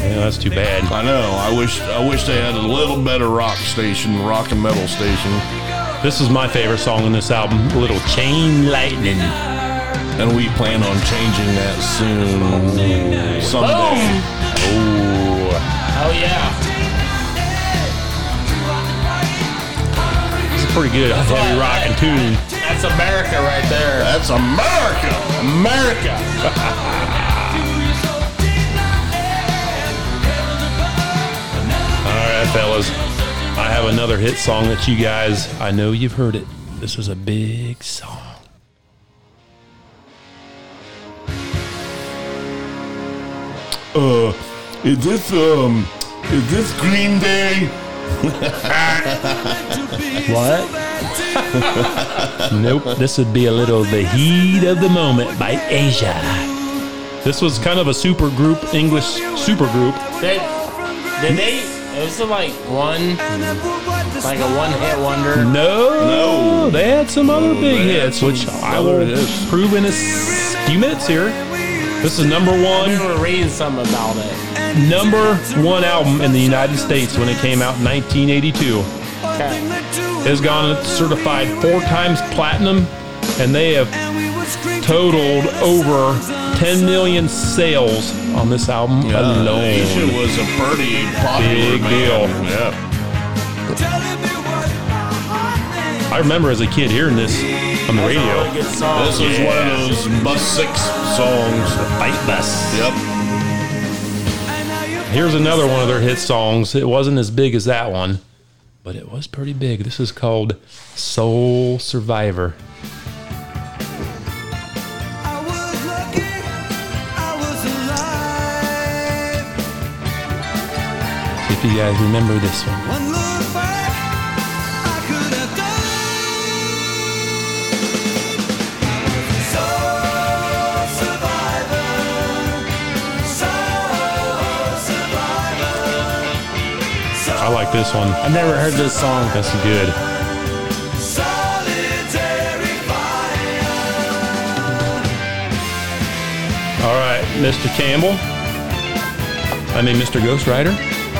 Speaker 2: Yeah, that's too bad.
Speaker 3: I know. I wish I wish they had a little better rock station, rock and metal station.
Speaker 2: This is my favorite song on this album. Little Chain Lightning.
Speaker 3: And we plan on changing that soon. Someday.
Speaker 2: Oh.
Speaker 4: Oh yeah,
Speaker 2: It's a pretty good heavy rocking tune.
Speaker 4: that's America right there.
Speaker 3: That's America.
Speaker 4: America.
Speaker 2: All right, fellas. I have another hit song that you guys, I know you've heard it. This is a big song.
Speaker 3: Uh, is this um, is this Green Day?
Speaker 2: What? nope. This would be a little The Heat of the Moment by Asia. This was kind of a super group, English super group.
Speaker 4: Did, did they? It was like one, like a one-hit wonder.
Speaker 2: No,
Speaker 3: No.
Speaker 2: they had some other big
Speaker 3: they had
Speaker 2: hits, which
Speaker 3: some
Speaker 2: I
Speaker 3: other
Speaker 2: will
Speaker 3: hits.
Speaker 2: prove in a s- few minutes here. This is number
Speaker 4: I
Speaker 2: one,
Speaker 4: remember reading something about it.
Speaker 2: number one album in the United States when it came out in 1982.
Speaker 4: Okay.
Speaker 2: Has gone certified four times platinum, and they have totaled over 10 million sales on this album
Speaker 3: Asia
Speaker 2: alone.
Speaker 3: was a pretty popular
Speaker 2: Big
Speaker 3: band.
Speaker 2: deal.
Speaker 3: Yeah.
Speaker 2: I remember as a kid hearing this on the radio.
Speaker 4: Good song.
Speaker 3: This was one of those bus six songs.
Speaker 2: Fight Bus.
Speaker 3: Yep.
Speaker 2: Here's another one of their hit songs. It wasn't as big as that one, but it was pretty big. This is called Soul Survivor. If you guys remember this one. I like this one.
Speaker 4: I've never heard this song.
Speaker 2: That's good. All right, Mr. Campbell. I mean, Mr. Ghost Rider.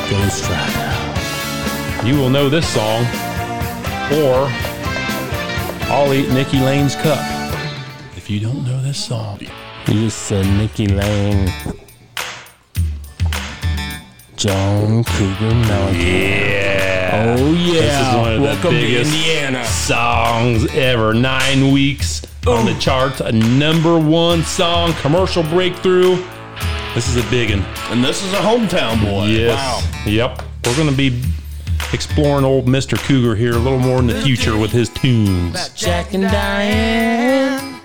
Speaker 2: Ghost Rider. You will know this song, or I'll eat Nikki Lane's cup. If you don't know this song,
Speaker 4: You just said Nikki Lane. Joan Cougar Mellencamp.
Speaker 2: yeah.
Speaker 4: Oh yeah.
Speaker 2: This is one of
Speaker 4: Welcome
Speaker 2: the biggest
Speaker 4: to Indiana.
Speaker 2: songs ever. Nine weeks on the charts, a number one song, commercial breakthrough. This is a big one.
Speaker 3: And this is a hometown boy.
Speaker 2: Yes. Yep. We're going to be exploring old Mr. Cougar here a little more in the future with his tunes.
Speaker 4: Jack and Diane.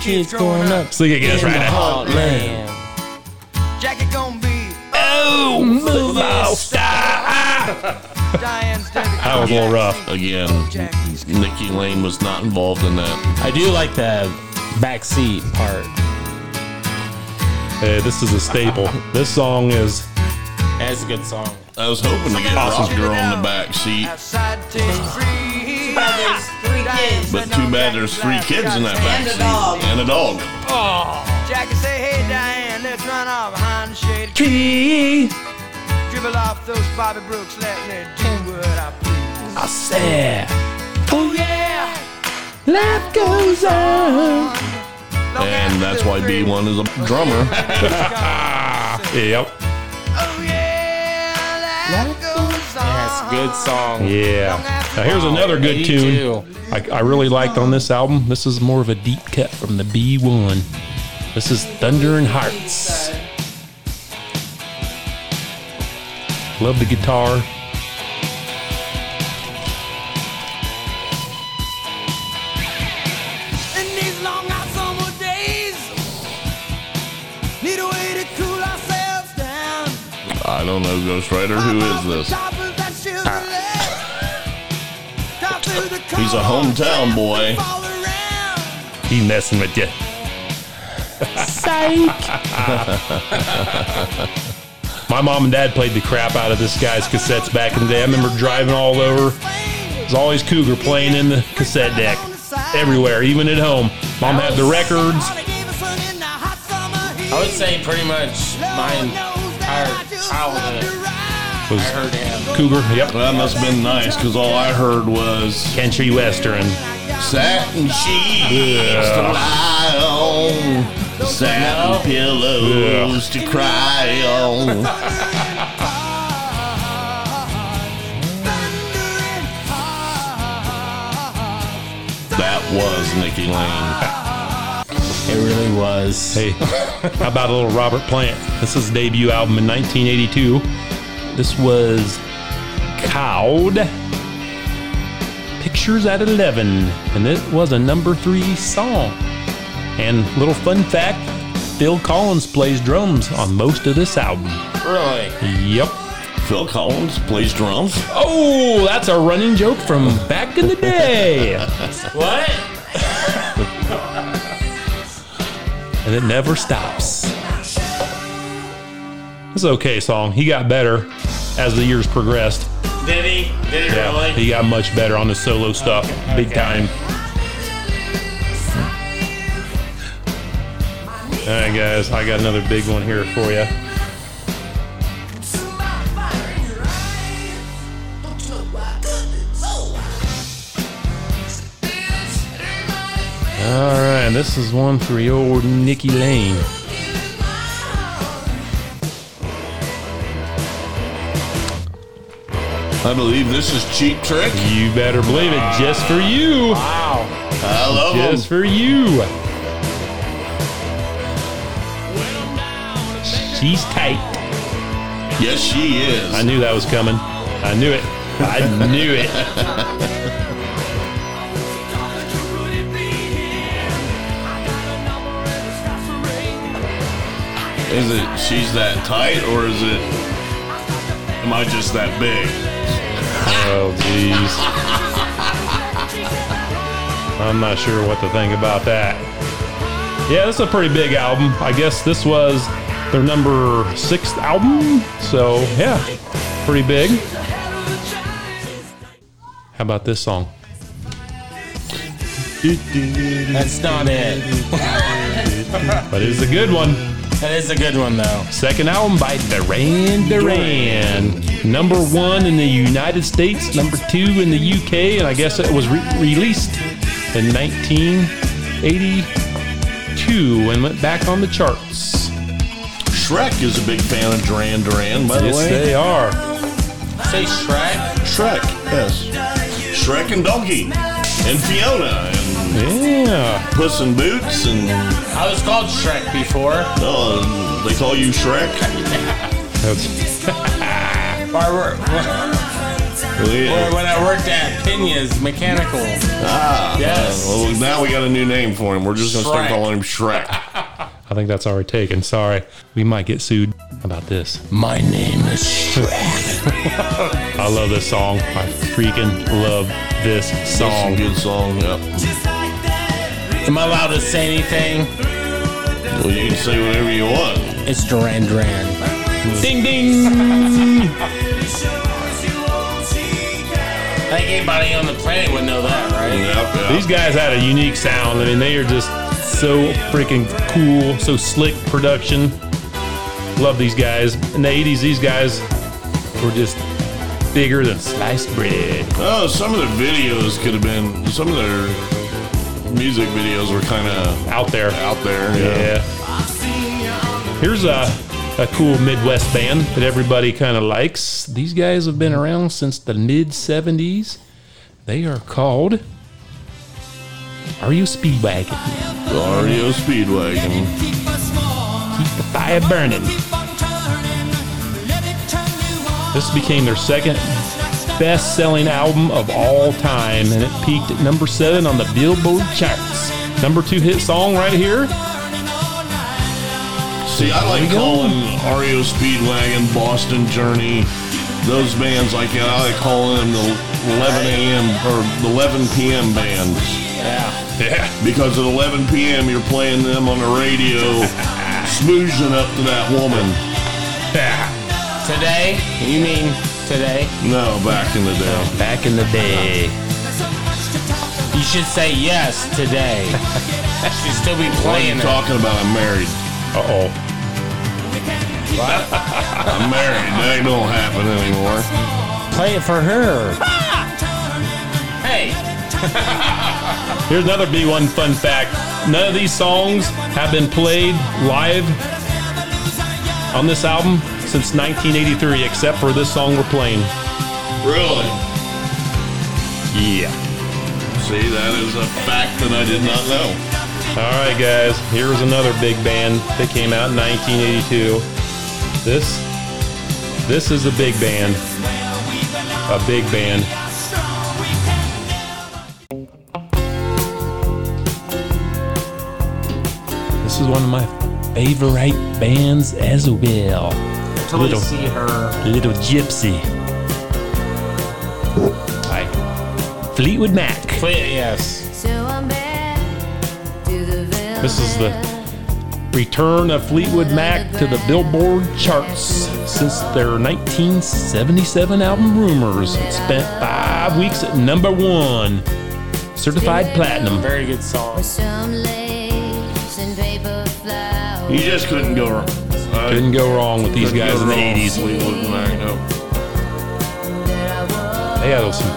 Speaker 4: Kids growing up.
Speaker 2: Sing it again,
Speaker 4: in the
Speaker 2: right now.
Speaker 4: heartland.
Speaker 5: Jackie gonna be
Speaker 2: Oh, move out, stop.
Speaker 5: Diane's That
Speaker 2: That was a little rough.
Speaker 3: Again,
Speaker 5: Jackie's
Speaker 3: Nikki Lane was not involved in that.
Speaker 4: I do like the backseat part.
Speaker 2: Hey, this is a staple. This song is
Speaker 4: That's a good song.
Speaker 3: I was hoping to get
Speaker 2: Awesome.
Speaker 3: Rock Girl on the back seat,
Speaker 5: outside takes free.
Speaker 7: There's three kids.
Speaker 3: but too bad there's three kids in that back
Speaker 7: And a dog.
Speaker 3: seat and a dog.
Speaker 5: Jackie say, hey Diane, let's run off behind the shade.
Speaker 2: key.
Speaker 5: Dribble off those Bobby Brooks, let me do what I please.
Speaker 4: I said, oh yeah, life goes on.
Speaker 3: And that's why B1 is a drummer.
Speaker 2: Yep.
Speaker 5: oh,
Speaker 4: Yes, good song.
Speaker 2: Yeah. Now here's another good
Speaker 4: Me
Speaker 2: tune
Speaker 4: too.
Speaker 2: I, I really liked on this album. This is more of a deep cut from the B1. This is Thunder and Hearts. Love the guitar.
Speaker 7: In these long hot summer days, need a way to cool ourselves down.
Speaker 3: I don't know, Ghost Rider. Who is this?
Speaker 2: Ah.
Speaker 3: He's
Speaker 7: He's
Speaker 3: a hometown boy.
Speaker 2: He messing with you. My mom and dad played the crap out of this guy's cassettes back in the day. I remember driving all over. There's always Cougar playing in the cassette deck everywhere, even at home. Mom had the records.
Speaker 4: I would say pretty much my entire childhood.
Speaker 2: Was
Speaker 4: I heard him.
Speaker 2: Cougar? Yep.
Speaker 3: That must have been nice because all I heard was
Speaker 2: Country Western.
Speaker 3: satin sheets to lie on, satin pillows to cry on. That was Nikki Lane.
Speaker 4: It really was.
Speaker 2: Hey, how about a little Robert Plant? This is his debut album in 1982. This was Cowed Pictures at 11, and it was a number three song. And little fun fact Phil Collins plays drums on most of this album.
Speaker 4: Really?
Speaker 2: Yep.
Speaker 3: Phil Collins plays drums.
Speaker 2: Oh, that's a running joke from back in the day.
Speaker 4: What?
Speaker 2: and it never stops. It's an okay song. He got better as the years progressed.
Speaker 4: Did he? Did he really?
Speaker 2: He got much better on the solo stuff, big time. All right, guys, I got another big one here for you. All right, this is one for your old Nikki Lane.
Speaker 3: I believe this is Cheap Trick.
Speaker 2: You better believe it, just for you,
Speaker 4: Wow.
Speaker 3: I love him.
Speaker 2: just for you. She's tight.
Speaker 3: Yes, she
Speaker 2: I
Speaker 3: is.
Speaker 2: knew that was coming. I knew it. I knew it.
Speaker 3: Is it she's that tight or is it? Am I just that big?
Speaker 2: Oh, jeez. I'm not sure what to think about that. Yeah, this is a pretty big album. I guess this was their number sixth album. So, yeah, pretty big. How about this song?
Speaker 4: That's not it.
Speaker 2: But it's a good one.
Speaker 4: That is a good one though.
Speaker 2: Second album by Duran Duran. Number one in the United States, number two in the UK, and I guess it was re- released in 1982 and went back on the charts.
Speaker 3: Shrek is a big fan of Duran Duran, by the
Speaker 2: Yes,
Speaker 3: way.
Speaker 2: they are.
Speaker 4: Say Shrek.
Speaker 3: Shrek, yes. Shrek and Donkey, and Fiona, and
Speaker 2: Yeah.
Speaker 3: Puss in Boots, and
Speaker 4: I was called Shrek before.
Speaker 3: uh, they call you Shrek.
Speaker 2: That's-
Speaker 4: Or, or, or
Speaker 3: Yeah.
Speaker 4: when I worked at Pina's Mechanical.
Speaker 3: Ah,
Speaker 4: Yes.
Speaker 3: well, now we got a new name for him. We're just gonna start
Speaker 4: Shrek.
Speaker 3: calling him Shrek.
Speaker 2: I think that's already taken. Sorry. We might get sued about this.
Speaker 4: My name is Shrek.
Speaker 2: I love this song. I freaking love this
Speaker 3: Song,
Speaker 2: song.
Speaker 3: good song. Yeah.
Speaker 4: Am I allowed to say anything?
Speaker 3: Well, you can say whatever you want.
Speaker 4: It's Duran Duran.
Speaker 2: Ding ding.
Speaker 4: I think anybody on the planet would know that, right?
Speaker 3: Yeah,
Speaker 2: These
Speaker 3: yeah.
Speaker 2: guys had a unique sound. I mean, they are just so freaking cool, so slick production. Love these guys. In the 80s, these guys were just bigger than sliced bread.
Speaker 3: Oh, some of their videos could have been. Some of their music videos were kind of
Speaker 2: Out there.
Speaker 3: out there.
Speaker 2: Yeah. Here's a, a cool Midwest band that everybody kind of likes. These guys have been around since the mid 70s. They are called Are You Speedwagon?
Speaker 3: The REO E Speedwagon.
Speaker 2: Keep the fire burning. This became their second best selling album of all time, and it peaked at number seven on the Billboard charts. Number two hit song right here.
Speaker 3: See, I like calling REO Speedwagon, Boston Journey, those bands like that. I like calling them the 11 a.m. or the 11 p.m. bands
Speaker 2: Yeah.
Speaker 3: because at 11 p.m. you're playing them on the radio, smoozing up to that woman.
Speaker 4: Today? You mean today?
Speaker 3: No, back in the day.
Speaker 2: Back in the day.
Speaker 4: You should say yes today. should still
Speaker 3: What are
Speaker 4: be
Speaker 3: you
Speaker 4: playing it.
Speaker 3: talking about? I'm married.
Speaker 2: Uh oh.
Speaker 3: I'm married. That ain't don't happen anymore.
Speaker 4: Play it for her. Hey,
Speaker 2: Here's another B1 fun fact. None of these songs have been played live on this album since 1983, except for this song we're playing.
Speaker 3: Really?
Speaker 2: Yeah.
Speaker 3: See, that is a fact that I did not know.
Speaker 2: All right, guys. Here's another big band that came out in 1982. This, this is a big band. A big band. This is one of my favorite bands as well.
Speaker 4: until you
Speaker 2: Little.
Speaker 4: see her.
Speaker 2: Little Gypsy. Hi. Fleetwood Mac.
Speaker 4: Play it, yes.
Speaker 2: This is the Return of Fleetwood Mac to the Billboard charts since their 1977 album Rumors. It spent five weeks at number one, certified platinum.
Speaker 4: Very good song.
Speaker 3: You just couldn't go wrong. I
Speaker 2: Couldn't go wrong with these
Speaker 3: couldn't
Speaker 2: guys
Speaker 3: go
Speaker 2: in the
Speaker 3: wrong.
Speaker 2: 80s.
Speaker 3: Fleetwood Mac, no.
Speaker 2: They had some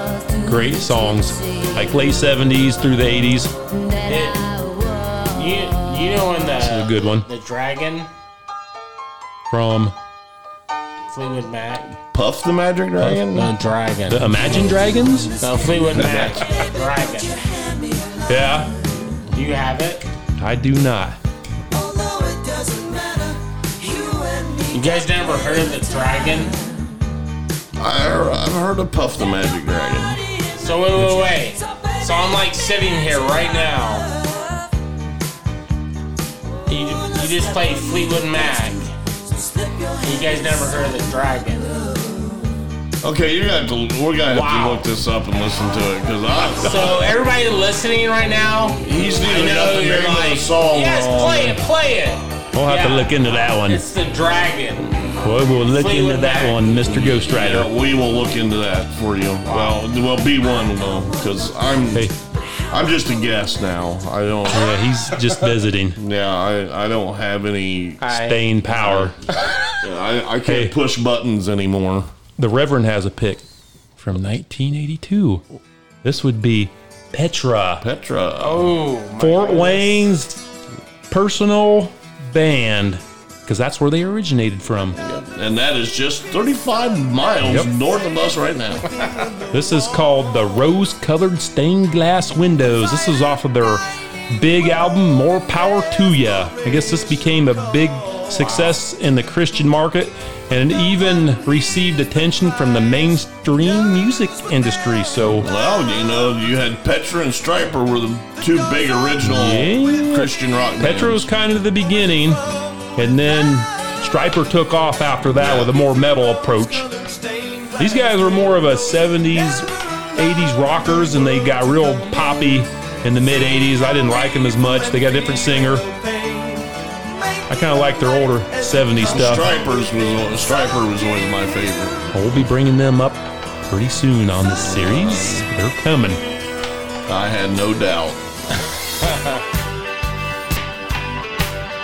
Speaker 2: great songs, like late 70s through the 80s.
Speaker 4: It, you, you know in
Speaker 2: A
Speaker 4: the
Speaker 2: good one
Speaker 4: the dragon
Speaker 2: from
Speaker 4: Fleetwood Mac.
Speaker 3: Puff the Magic Dragon?
Speaker 4: No dragon.
Speaker 2: the Imagine Dragons.
Speaker 4: No Fleetwood Mac. dragon.
Speaker 2: Yeah,
Speaker 4: Do you have it?
Speaker 2: I do not.
Speaker 4: You guys never heard of the dragon?
Speaker 3: I, I've heard of Puff the Magic Dragon.
Speaker 4: So wait, wait, wait. So I'm like sitting here right now. You, you just played Fleetwood Mac. You guys never heard of the Dragon?
Speaker 3: Okay, you're gonna have to. We're gonna have to
Speaker 4: Wow.
Speaker 3: look this up and listen to it because I.
Speaker 4: So everybody listening right now,
Speaker 3: He's
Speaker 4: I
Speaker 3: neither got
Speaker 4: know
Speaker 3: the
Speaker 4: you're
Speaker 3: name of the
Speaker 4: like,
Speaker 3: song
Speaker 4: yes,
Speaker 3: wrong.
Speaker 4: play it, play it.
Speaker 2: We'll have to
Speaker 4: Yeah.
Speaker 2: look into that one.
Speaker 4: It's the Dragon.
Speaker 2: Boy, we'll look
Speaker 4: Fleetwood
Speaker 2: into that
Speaker 4: Mac.
Speaker 2: one, Mr. Ghostwriter.
Speaker 3: Yeah, we will look into that for you. Well, well, B1 will because I'm.
Speaker 2: Hey.
Speaker 3: I'm just a guest now. I don't.
Speaker 2: Yeah, he's just visiting.
Speaker 3: Yeah, I, I don't have any.
Speaker 4: I,
Speaker 2: Staying power.
Speaker 3: I, I can't
Speaker 2: Hey.
Speaker 3: push buttons anymore.
Speaker 2: The Reverend has a pick from 1982. This would be Petra,
Speaker 3: Petra.
Speaker 4: oh, my
Speaker 2: Fort
Speaker 4: goodness.
Speaker 2: Wayne's personal band, because that's where they originated from.
Speaker 3: And that is just 35 miles
Speaker 2: Yep.
Speaker 3: north of us right now.
Speaker 2: This is called The Rose Colored Stained Glass Windows. This is off of their big album, More Power to Ya. I guess this became a big success in the Christian market and it even received attention from the mainstream music industry. So,
Speaker 3: well, you know, you had Petra and Striper were the two big original
Speaker 2: Yeah.
Speaker 3: Christian rock bands.
Speaker 2: Petra was kind of the beginning, and then Striper took off after that with a more metal approach. These guys were more of a 70s, 80s rockers, and they got real poppy in the mid 80s. I didn't like them as much. They got a different singer. I kind of like their older 70s stuff.
Speaker 3: Stripers was Striper was always my favorite.
Speaker 2: We'll be bringing them up pretty soon on the series. They're coming.
Speaker 3: I had no doubt.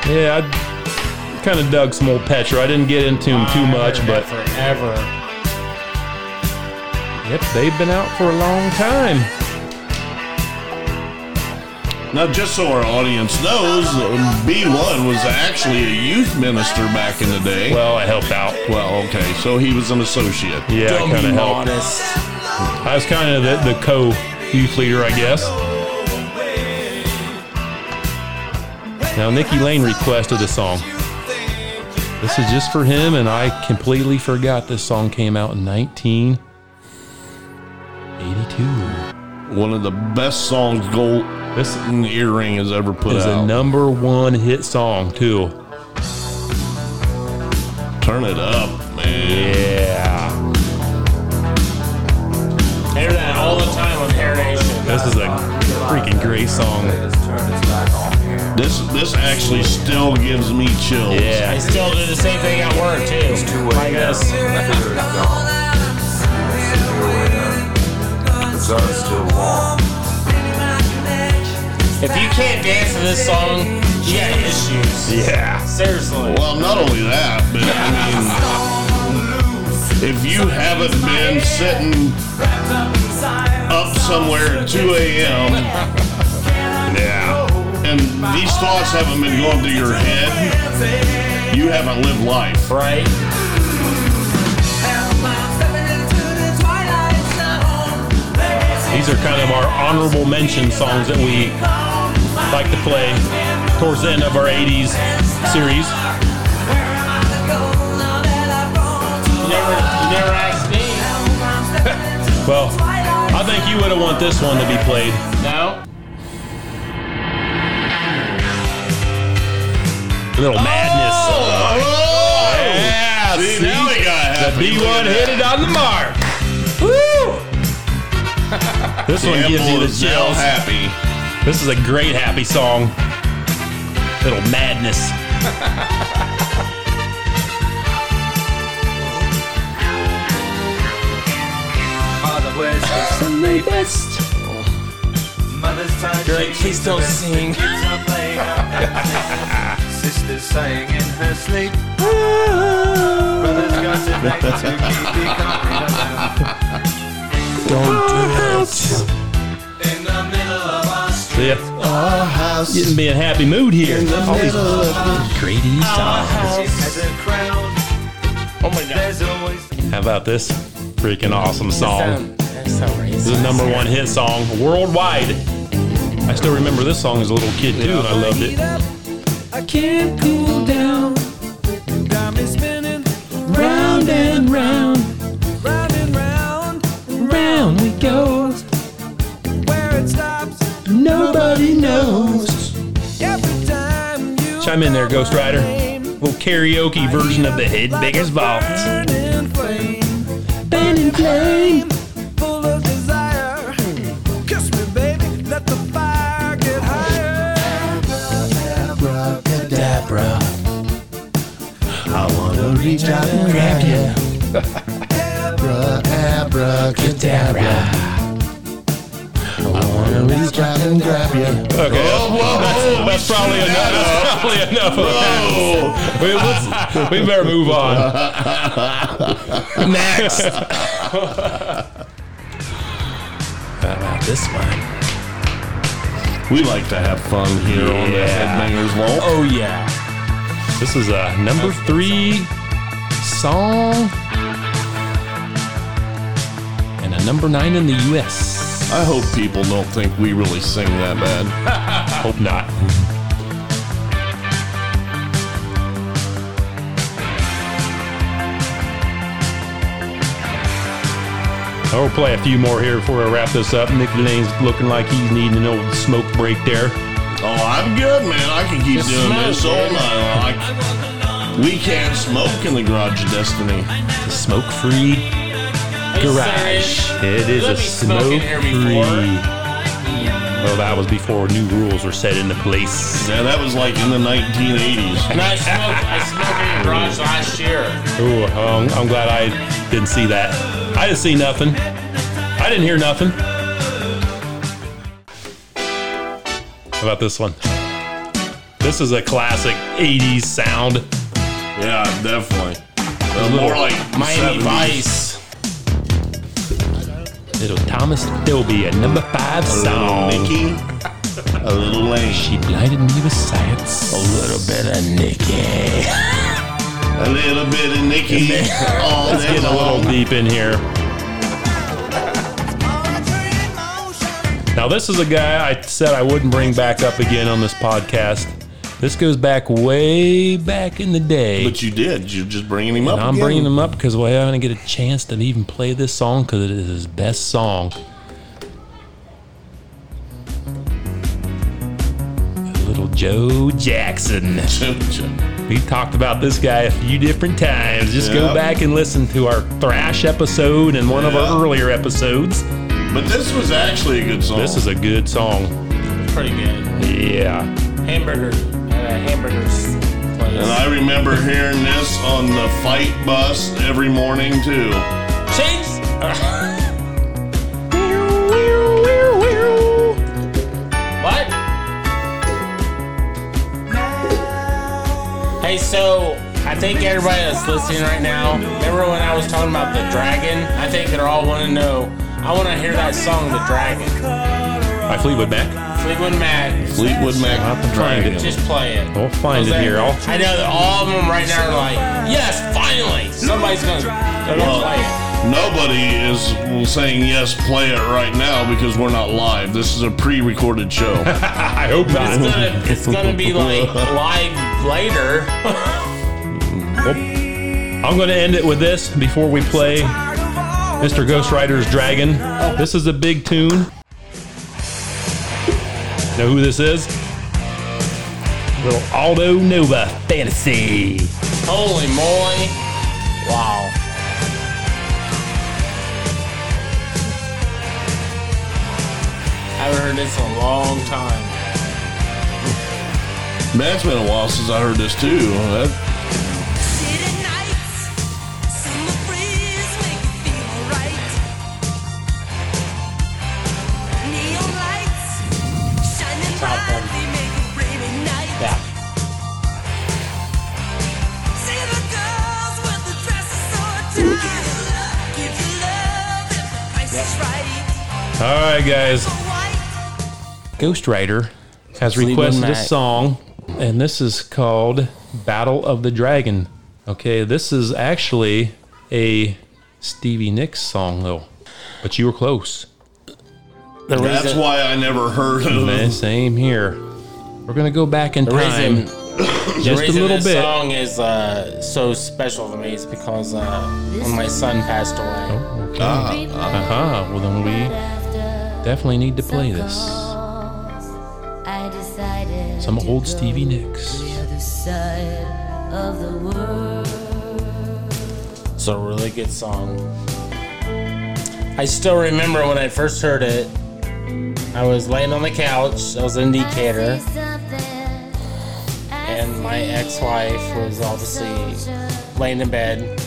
Speaker 2: Yeah, I kind of dug some old Petra. I didn't get into them too
Speaker 4: I
Speaker 2: much,
Speaker 4: heard
Speaker 2: but
Speaker 4: that forever.
Speaker 2: Yep, they've been out for a long time.
Speaker 3: Now, just so our audience knows, B1 was actually a youth minister back in the day.
Speaker 2: Well, I helped out.
Speaker 3: Well, okay, so he was an associate.
Speaker 2: Yeah, I
Speaker 4: Don't
Speaker 2: kind
Speaker 4: be
Speaker 2: of helped.
Speaker 4: modest.
Speaker 2: I was kind of the, the co youth leader, I guess. Now, Nikki Lane requested a song. This is just for him, and I completely forgot this song came out in 1982.
Speaker 3: One of the best songs Gold
Speaker 2: This
Speaker 3: Earring has ever put
Speaker 2: is
Speaker 3: out.
Speaker 2: a number one hit song, too.
Speaker 3: Turn it up, man.
Speaker 2: Yeah.
Speaker 4: I hear that all the time on Hair Nation.
Speaker 2: This is a freaking great song.
Speaker 3: This this actually still gives me chills.
Speaker 4: I
Speaker 2: Yeah.
Speaker 4: still do the same thing at work too. Like this. If you can't dance to this song, you got issues.
Speaker 2: Yeah.
Speaker 4: Seriously.
Speaker 3: Well, not only that, but I mean, if you haven't been sitting up somewhere at 2 a.m., yeah, and these thoughts haven't been going through your head, you haven't lived life.
Speaker 4: Right?
Speaker 2: These are kind of our honorable mention songs that we like to play towards the end of our 80s series.
Speaker 4: You never, you never asked me.
Speaker 2: Well, I think you would have want this one to be played.
Speaker 4: No?
Speaker 2: A little madness.
Speaker 3: Oh!
Speaker 2: Yeah,
Speaker 3: See,
Speaker 2: see?
Speaker 3: now we got
Speaker 2: The
Speaker 3: happy.
Speaker 2: B1 hit it on the mark. Woo! This
Speaker 3: The
Speaker 2: one gives you
Speaker 3: animal
Speaker 2: the
Speaker 3: is now
Speaker 2: chills.
Speaker 3: happy.
Speaker 2: This is a great happy song. Little madness.
Speaker 4: You're like, please don't sing.
Speaker 5: Sister's saying in her sleep. Brother's got a knife to keep me company alone.
Speaker 4: Don't do it.
Speaker 5: In the middle of our street.
Speaker 2: Yep. Getting me in happy mood here. All these great 80s songs.
Speaker 5: As a crowd,
Speaker 4: Oh my god.
Speaker 5: there's always
Speaker 2: How about this freaking awesome song?
Speaker 4: Sound- that sound
Speaker 2: This is
Speaker 4: racist.
Speaker 2: the number one hit song worldwide. I still remember this song as a little kid too, and I loved it.
Speaker 7: Got me spinning
Speaker 2: Round and round,
Speaker 7: round and round.
Speaker 2: round we go.
Speaker 7: Where it stops
Speaker 2: Nobody knows.
Speaker 7: every time you
Speaker 2: Chime in there, Ghost Rider. Little karaoke version of the hit biggest vault.
Speaker 7: burn in flame,
Speaker 2: Burning flame.
Speaker 7: full of desire. Kiss me, baby, let the fire get higher.
Speaker 4: Grab ya.
Speaker 2: Okay,
Speaker 3: Oh, whoa, whoa,
Speaker 2: that's probably enough. That's probably enough of that.
Speaker 3: Oh,
Speaker 2: We, let's- we better move on.
Speaker 4: Next. How about this one?
Speaker 3: we like to have fun here on the Headbangers Vault.
Speaker 4: Oh yeah.
Speaker 2: This is a number three song and a number nine in the U.S.
Speaker 3: I hope people don't think we really sing that bad.
Speaker 2: I hope not. I'll play a few more here before I wrap this up. Nick Lane's looking like he's needing an old smoke break there.
Speaker 3: Oh, I'm good, man. I can keep
Speaker 4: Just
Speaker 3: doing
Speaker 4: smoke,
Speaker 3: this all
Speaker 4: dude.
Speaker 3: night. long. I- we can't smoke in the Garage of Destiny.
Speaker 2: The smoke free garage.
Speaker 4: serious?
Speaker 2: It is a
Speaker 4: Let me smoke in
Speaker 2: smoke
Speaker 4: here
Speaker 2: free.
Speaker 4: before.
Speaker 2: Well, Oh, that was before new rules were set into place.
Speaker 3: Yeah, that was like in the 1980s.
Speaker 4: And I smoked I smoked in the garage last year.
Speaker 2: Ooh, um, I'm glad I didn't see that. I didn't see nothing. I didn't hear nothing. How about this one? This is a classic 80s sound.
Speaker 3: Yeah, definitely. Well, more like
Speaker 4: Miami
Speaker 3: 70s.
Speaker 4: Vice.
Speaker 2: Little Thomas Dolby at number five
Speaker 3: Little
Speaker 2: song.
Speaker 3: Mickey, Oh. a little Lane,
Speaker 2: She blinded me with science.
Speaker 4: A little bit of Nicky.
Speaker 3: a little bit of Nicky. All
Speaker 2: Let's
Speaker 3: day
Speaker 2: get a little
Speaker 3: long.
Speaker 2: deep in here. Now, this is a guy I said I wouldn't bring back up again on this podcast. This goes back way back in the day.
Speaker 3: But you did. You're just bringing him up.
Speaker 2: And I'm
Speaker 3: again.
Speaker 2: bringing them up because we're going to get a chance to even play this song because it is his best song. Little Joe Jackson. We've talked about this guy a few different times. Just
Speaker 3: Yeah.
Speaker 2: go back and listen to our thrash episode and one of
Speaker 3: Yeah.
Speaker 2: our earlier episodes.
Speaker 3: But this was actually a good song.
Speaker 2: This is a good song.
Speaker 4: Pretty good.
Speaker 2: Yeah.
Speaker 4: Hamburger. Uh, hamburgers.
Speaker 3: And I remember hearing this on the fight bus every morning too.
Speaker 4: Chase. what? Hey, so I think everybody that's listening right now, remember when I was talking about the dragon? I think they all want to know. I want to hear that song, The Dragon.
Speaker 2: By Fleetwood Mac.
Speaker 4: Fleetwood Mac.
Speaker 3: Fleetwood Mac.
Speaker 2: I'm trying to-
Speaker 3: Dragon.
Speaker 4: Just play it.
Speaker 2: We'll find it here. I'll,
Speaker 4: I know that all of them right now are like, yes, finally, somebody's gonna, they're gonna play it.
Speaker 3: Well, nobody is saying yes, play it right now because we're not live. This is a pre-recorded show.
Speaker 2: I hope
Speaker 4: It's
Speaker 2: not.
Speaker 4: gonna, it's gonna be like live later.
Speaker 2: I'm going to end it with this before we play Mr. Ghost Rider's Dragon. This is a big tune. Know who this is? Little Aldo Nova Fantasy.
Speaker 4: Holy moly! Wow. I haven't heard this in a long time.
Speaker 3: Man, it's been a while since I heard this too. That-
Speaker 4: Yeah.
Speaker 2: All right, guys. Ghost Rider has requested a
Speaker 4: Mac.
Speaker 2: song, and this is called Battle of the Dragon. Okay, this is actually a Stevie Nicks song, though, but you were close.
Speaker 4: The
Speaker 3: that's
Speaker 4: reason,
Speaker 3: why I never heard of
Speaker 2: Man,
Speaker 3: this.
Speaker 2: same here. We're gonna go back in
Speaker 4: the
Speaker 2: time
Speaker 4: reason,
Speaker 2: just a
Speaker 4: reason
Speaker 2: little
Speaker 4: this
Speaker 2: bit.
Speaker 4: song is uh, so special to me is because uh, when my son passed away.
Speaker 2: Oh. Uh huh. Well, then we definitely need to play this.
Speaker 8: I decided
Speaker 2: Some
Speaker 8: to
Speaker 2: old
Speaker 8: go
Speaker 2: Stevie Nicks.
Speaker 8: the other side of the world.
Speaker 4: It's a really good song. I still remember when I first heard it. I was laying on the couch. I was in Decatur, and my ex-wife was obviously laying in bed. And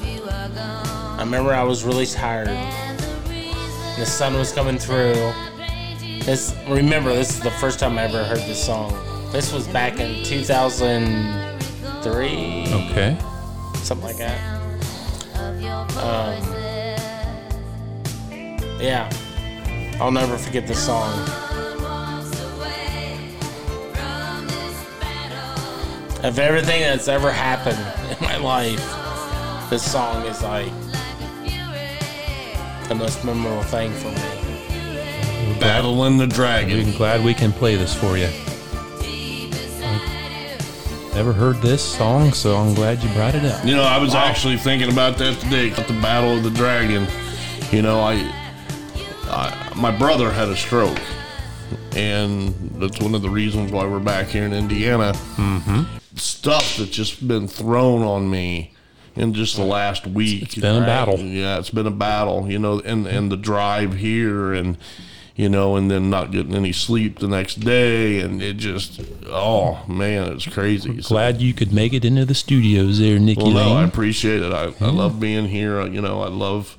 Speaker 4: I remember I was really tired. The sun was coming through. This remember this is the first time I ever heard this song. This was back in 2003,
Speaker 2: Okay.
Speaker 4: something like that. Um, yeah, I'll never forget this song. Of everything that's ever happened in my life, this song is like the most memorable thing for me.
Speaker 3: Battling the
Speaker 2: I'm
Speaker 3: Dragon.
Speaker 2: glad we can play this for you. Never heard this song, so I'm glad you brought it up.
Speaker 3: You know, I was actually thinking about that today. About the Battle of the Dragon. You know, I, I, my brother had a stroke, and that's one of the reasons why we're back here in Indiana. Mm-hmm. Stuff that's just been thrown on me in just the last week. It's
Speaker 2: been a battle.
Speaker 3: Yeah, it's been a battle. You know, and and the drive here and. You know, and then not getting any sleep the next day, and it just, oh man, it's crazy. So-
Speaker 2: Glad you could make it into the studios there, Nikki
Speaker 3: well, no, I
Speaker 2: Lane.
Speaker 3: appreciate it. I, I love being here. You know, I love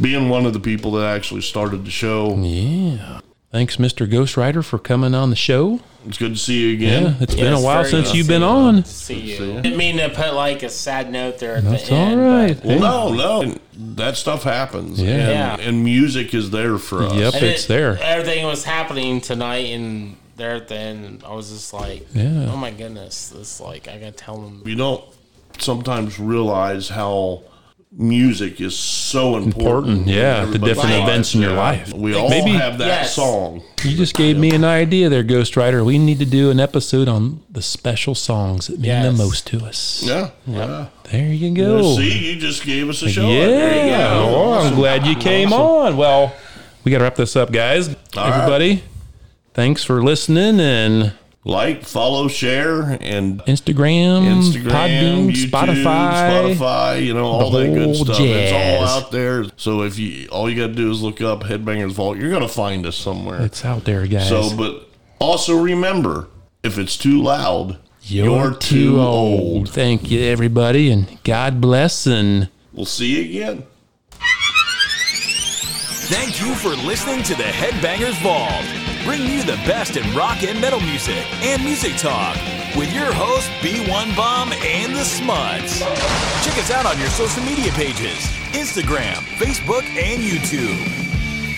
Speaker 3: being one of the people that actually started the show.
Speaker 2: yeah. Thanks, Mr. Ghostwriter, for coming on the show.
Speaker 3: It's good to see you again.
Speaker 2: Yeah, it's
Speaker 4: Yeah,
Speaker 2: been a
Speaker 4: it's
Speaker 2: while
Speaker 4: very
Speaker 2: since
Speaker 4: good
Speaker 2: you've
Speaker 4: to
Speaker 2: been
Speaker 4: see
Speaker 2: on.
Speaker 4: See you. Didn't mean to put like a sad note there at
Speaker 2: That's
Speaker 4: the
Speaker 2: all
Speaker 4: end.
Speaker 2: right.
Speaker 3: Well,
Speaker 2: Hey.
Speaker 3: no, no, that stuff happens.
Speaker 2: Yeah.
Speaker 3: and, and music is there for us.
Speaker 2: Yep.
Speaker 4: but-
Speaker 2: It's there.
Speaker 4: Everything was happening tonight, and there at the end, I was just like,
Speaker 2: Yeah.
Speaker 4: "Oh my goodness, this like I gotta tell them."
Speaker 3: You don't sometimes realize how music is so important.
Speaker 2: Important, yeah,
Speaker 3: in
Speaker 2: the different
Speaker 3: everybody's
Speaker 2: events in your
Speaker 3: lives.
Speaker 2: life.
Speaker 3: We all
Speaker 2: Maybe-
Speaker 3: have that
Speaker 4: Yes.
Speaker 3: song.
Speaker 2: You just gave me an idea there, Ghostwriter. We need to do an episode on the special songs that mean the
Speaker 4: Yes.
Speaker 2: most to us.
Speaker 3: Yeah. yeah.
Speaker 2: There you go.
Speaker 3: See, you just gave us a show. There you
Speaker 2: Yeah.
Speaker 3: go.
Speaker 2: Well, I'm
Speaker 3: Awesome.
Speaker 2: glad you came on. Well, we got to wrap this up, guys.
Speaker 3: right.
Speaker 2: Everybody, thanks for listening and
Speaker 3: Like, follow, share, and
Speaker 2: Instagram,
Speaker 3: Instagram,
Speaker 2: Podbean,
Speaker 3: YouTube,
Speaker 2: Spotify.
Speaker 3: Spotify, you know, all
Speaker 2: the
Speaker 3: that good
Speaker 2: whole
Speaker 3: stuff.
Speaker 2: jazz.
Speaker 3: It's all out there. So if you all you got to do is look up Headbangers Vault, you're going to find us somewhere.
Speaker 2: It's out there, guys.
Speaker 3: so, but also remember, if it's too loud, you're, too old.
Speaker 2: Thank you, everybody, and God bless. And
Speaker 3: We'll see you again.
Speaker 1: Thank you for listening to the Headbangers Vault, bringing you the best in rock and metal music and music talk with your host B1 Bomb and the Smuts. Check us out on your social media pages Instagram, Facebook, and YouTube.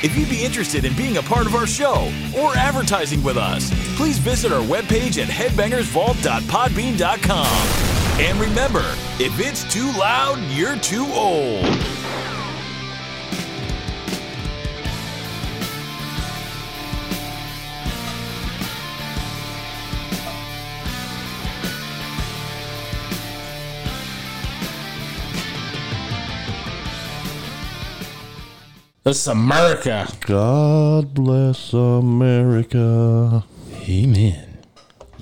Speaker 1: If you'd be interested in being a part of our show or advertising with us, please visit our webpage at headbangersvault.podbean.com. And remember, if it's too loud, you're too old.
Speaker 4: This is America.
Speaker 3: God bless America.
Speaker 2: Amen.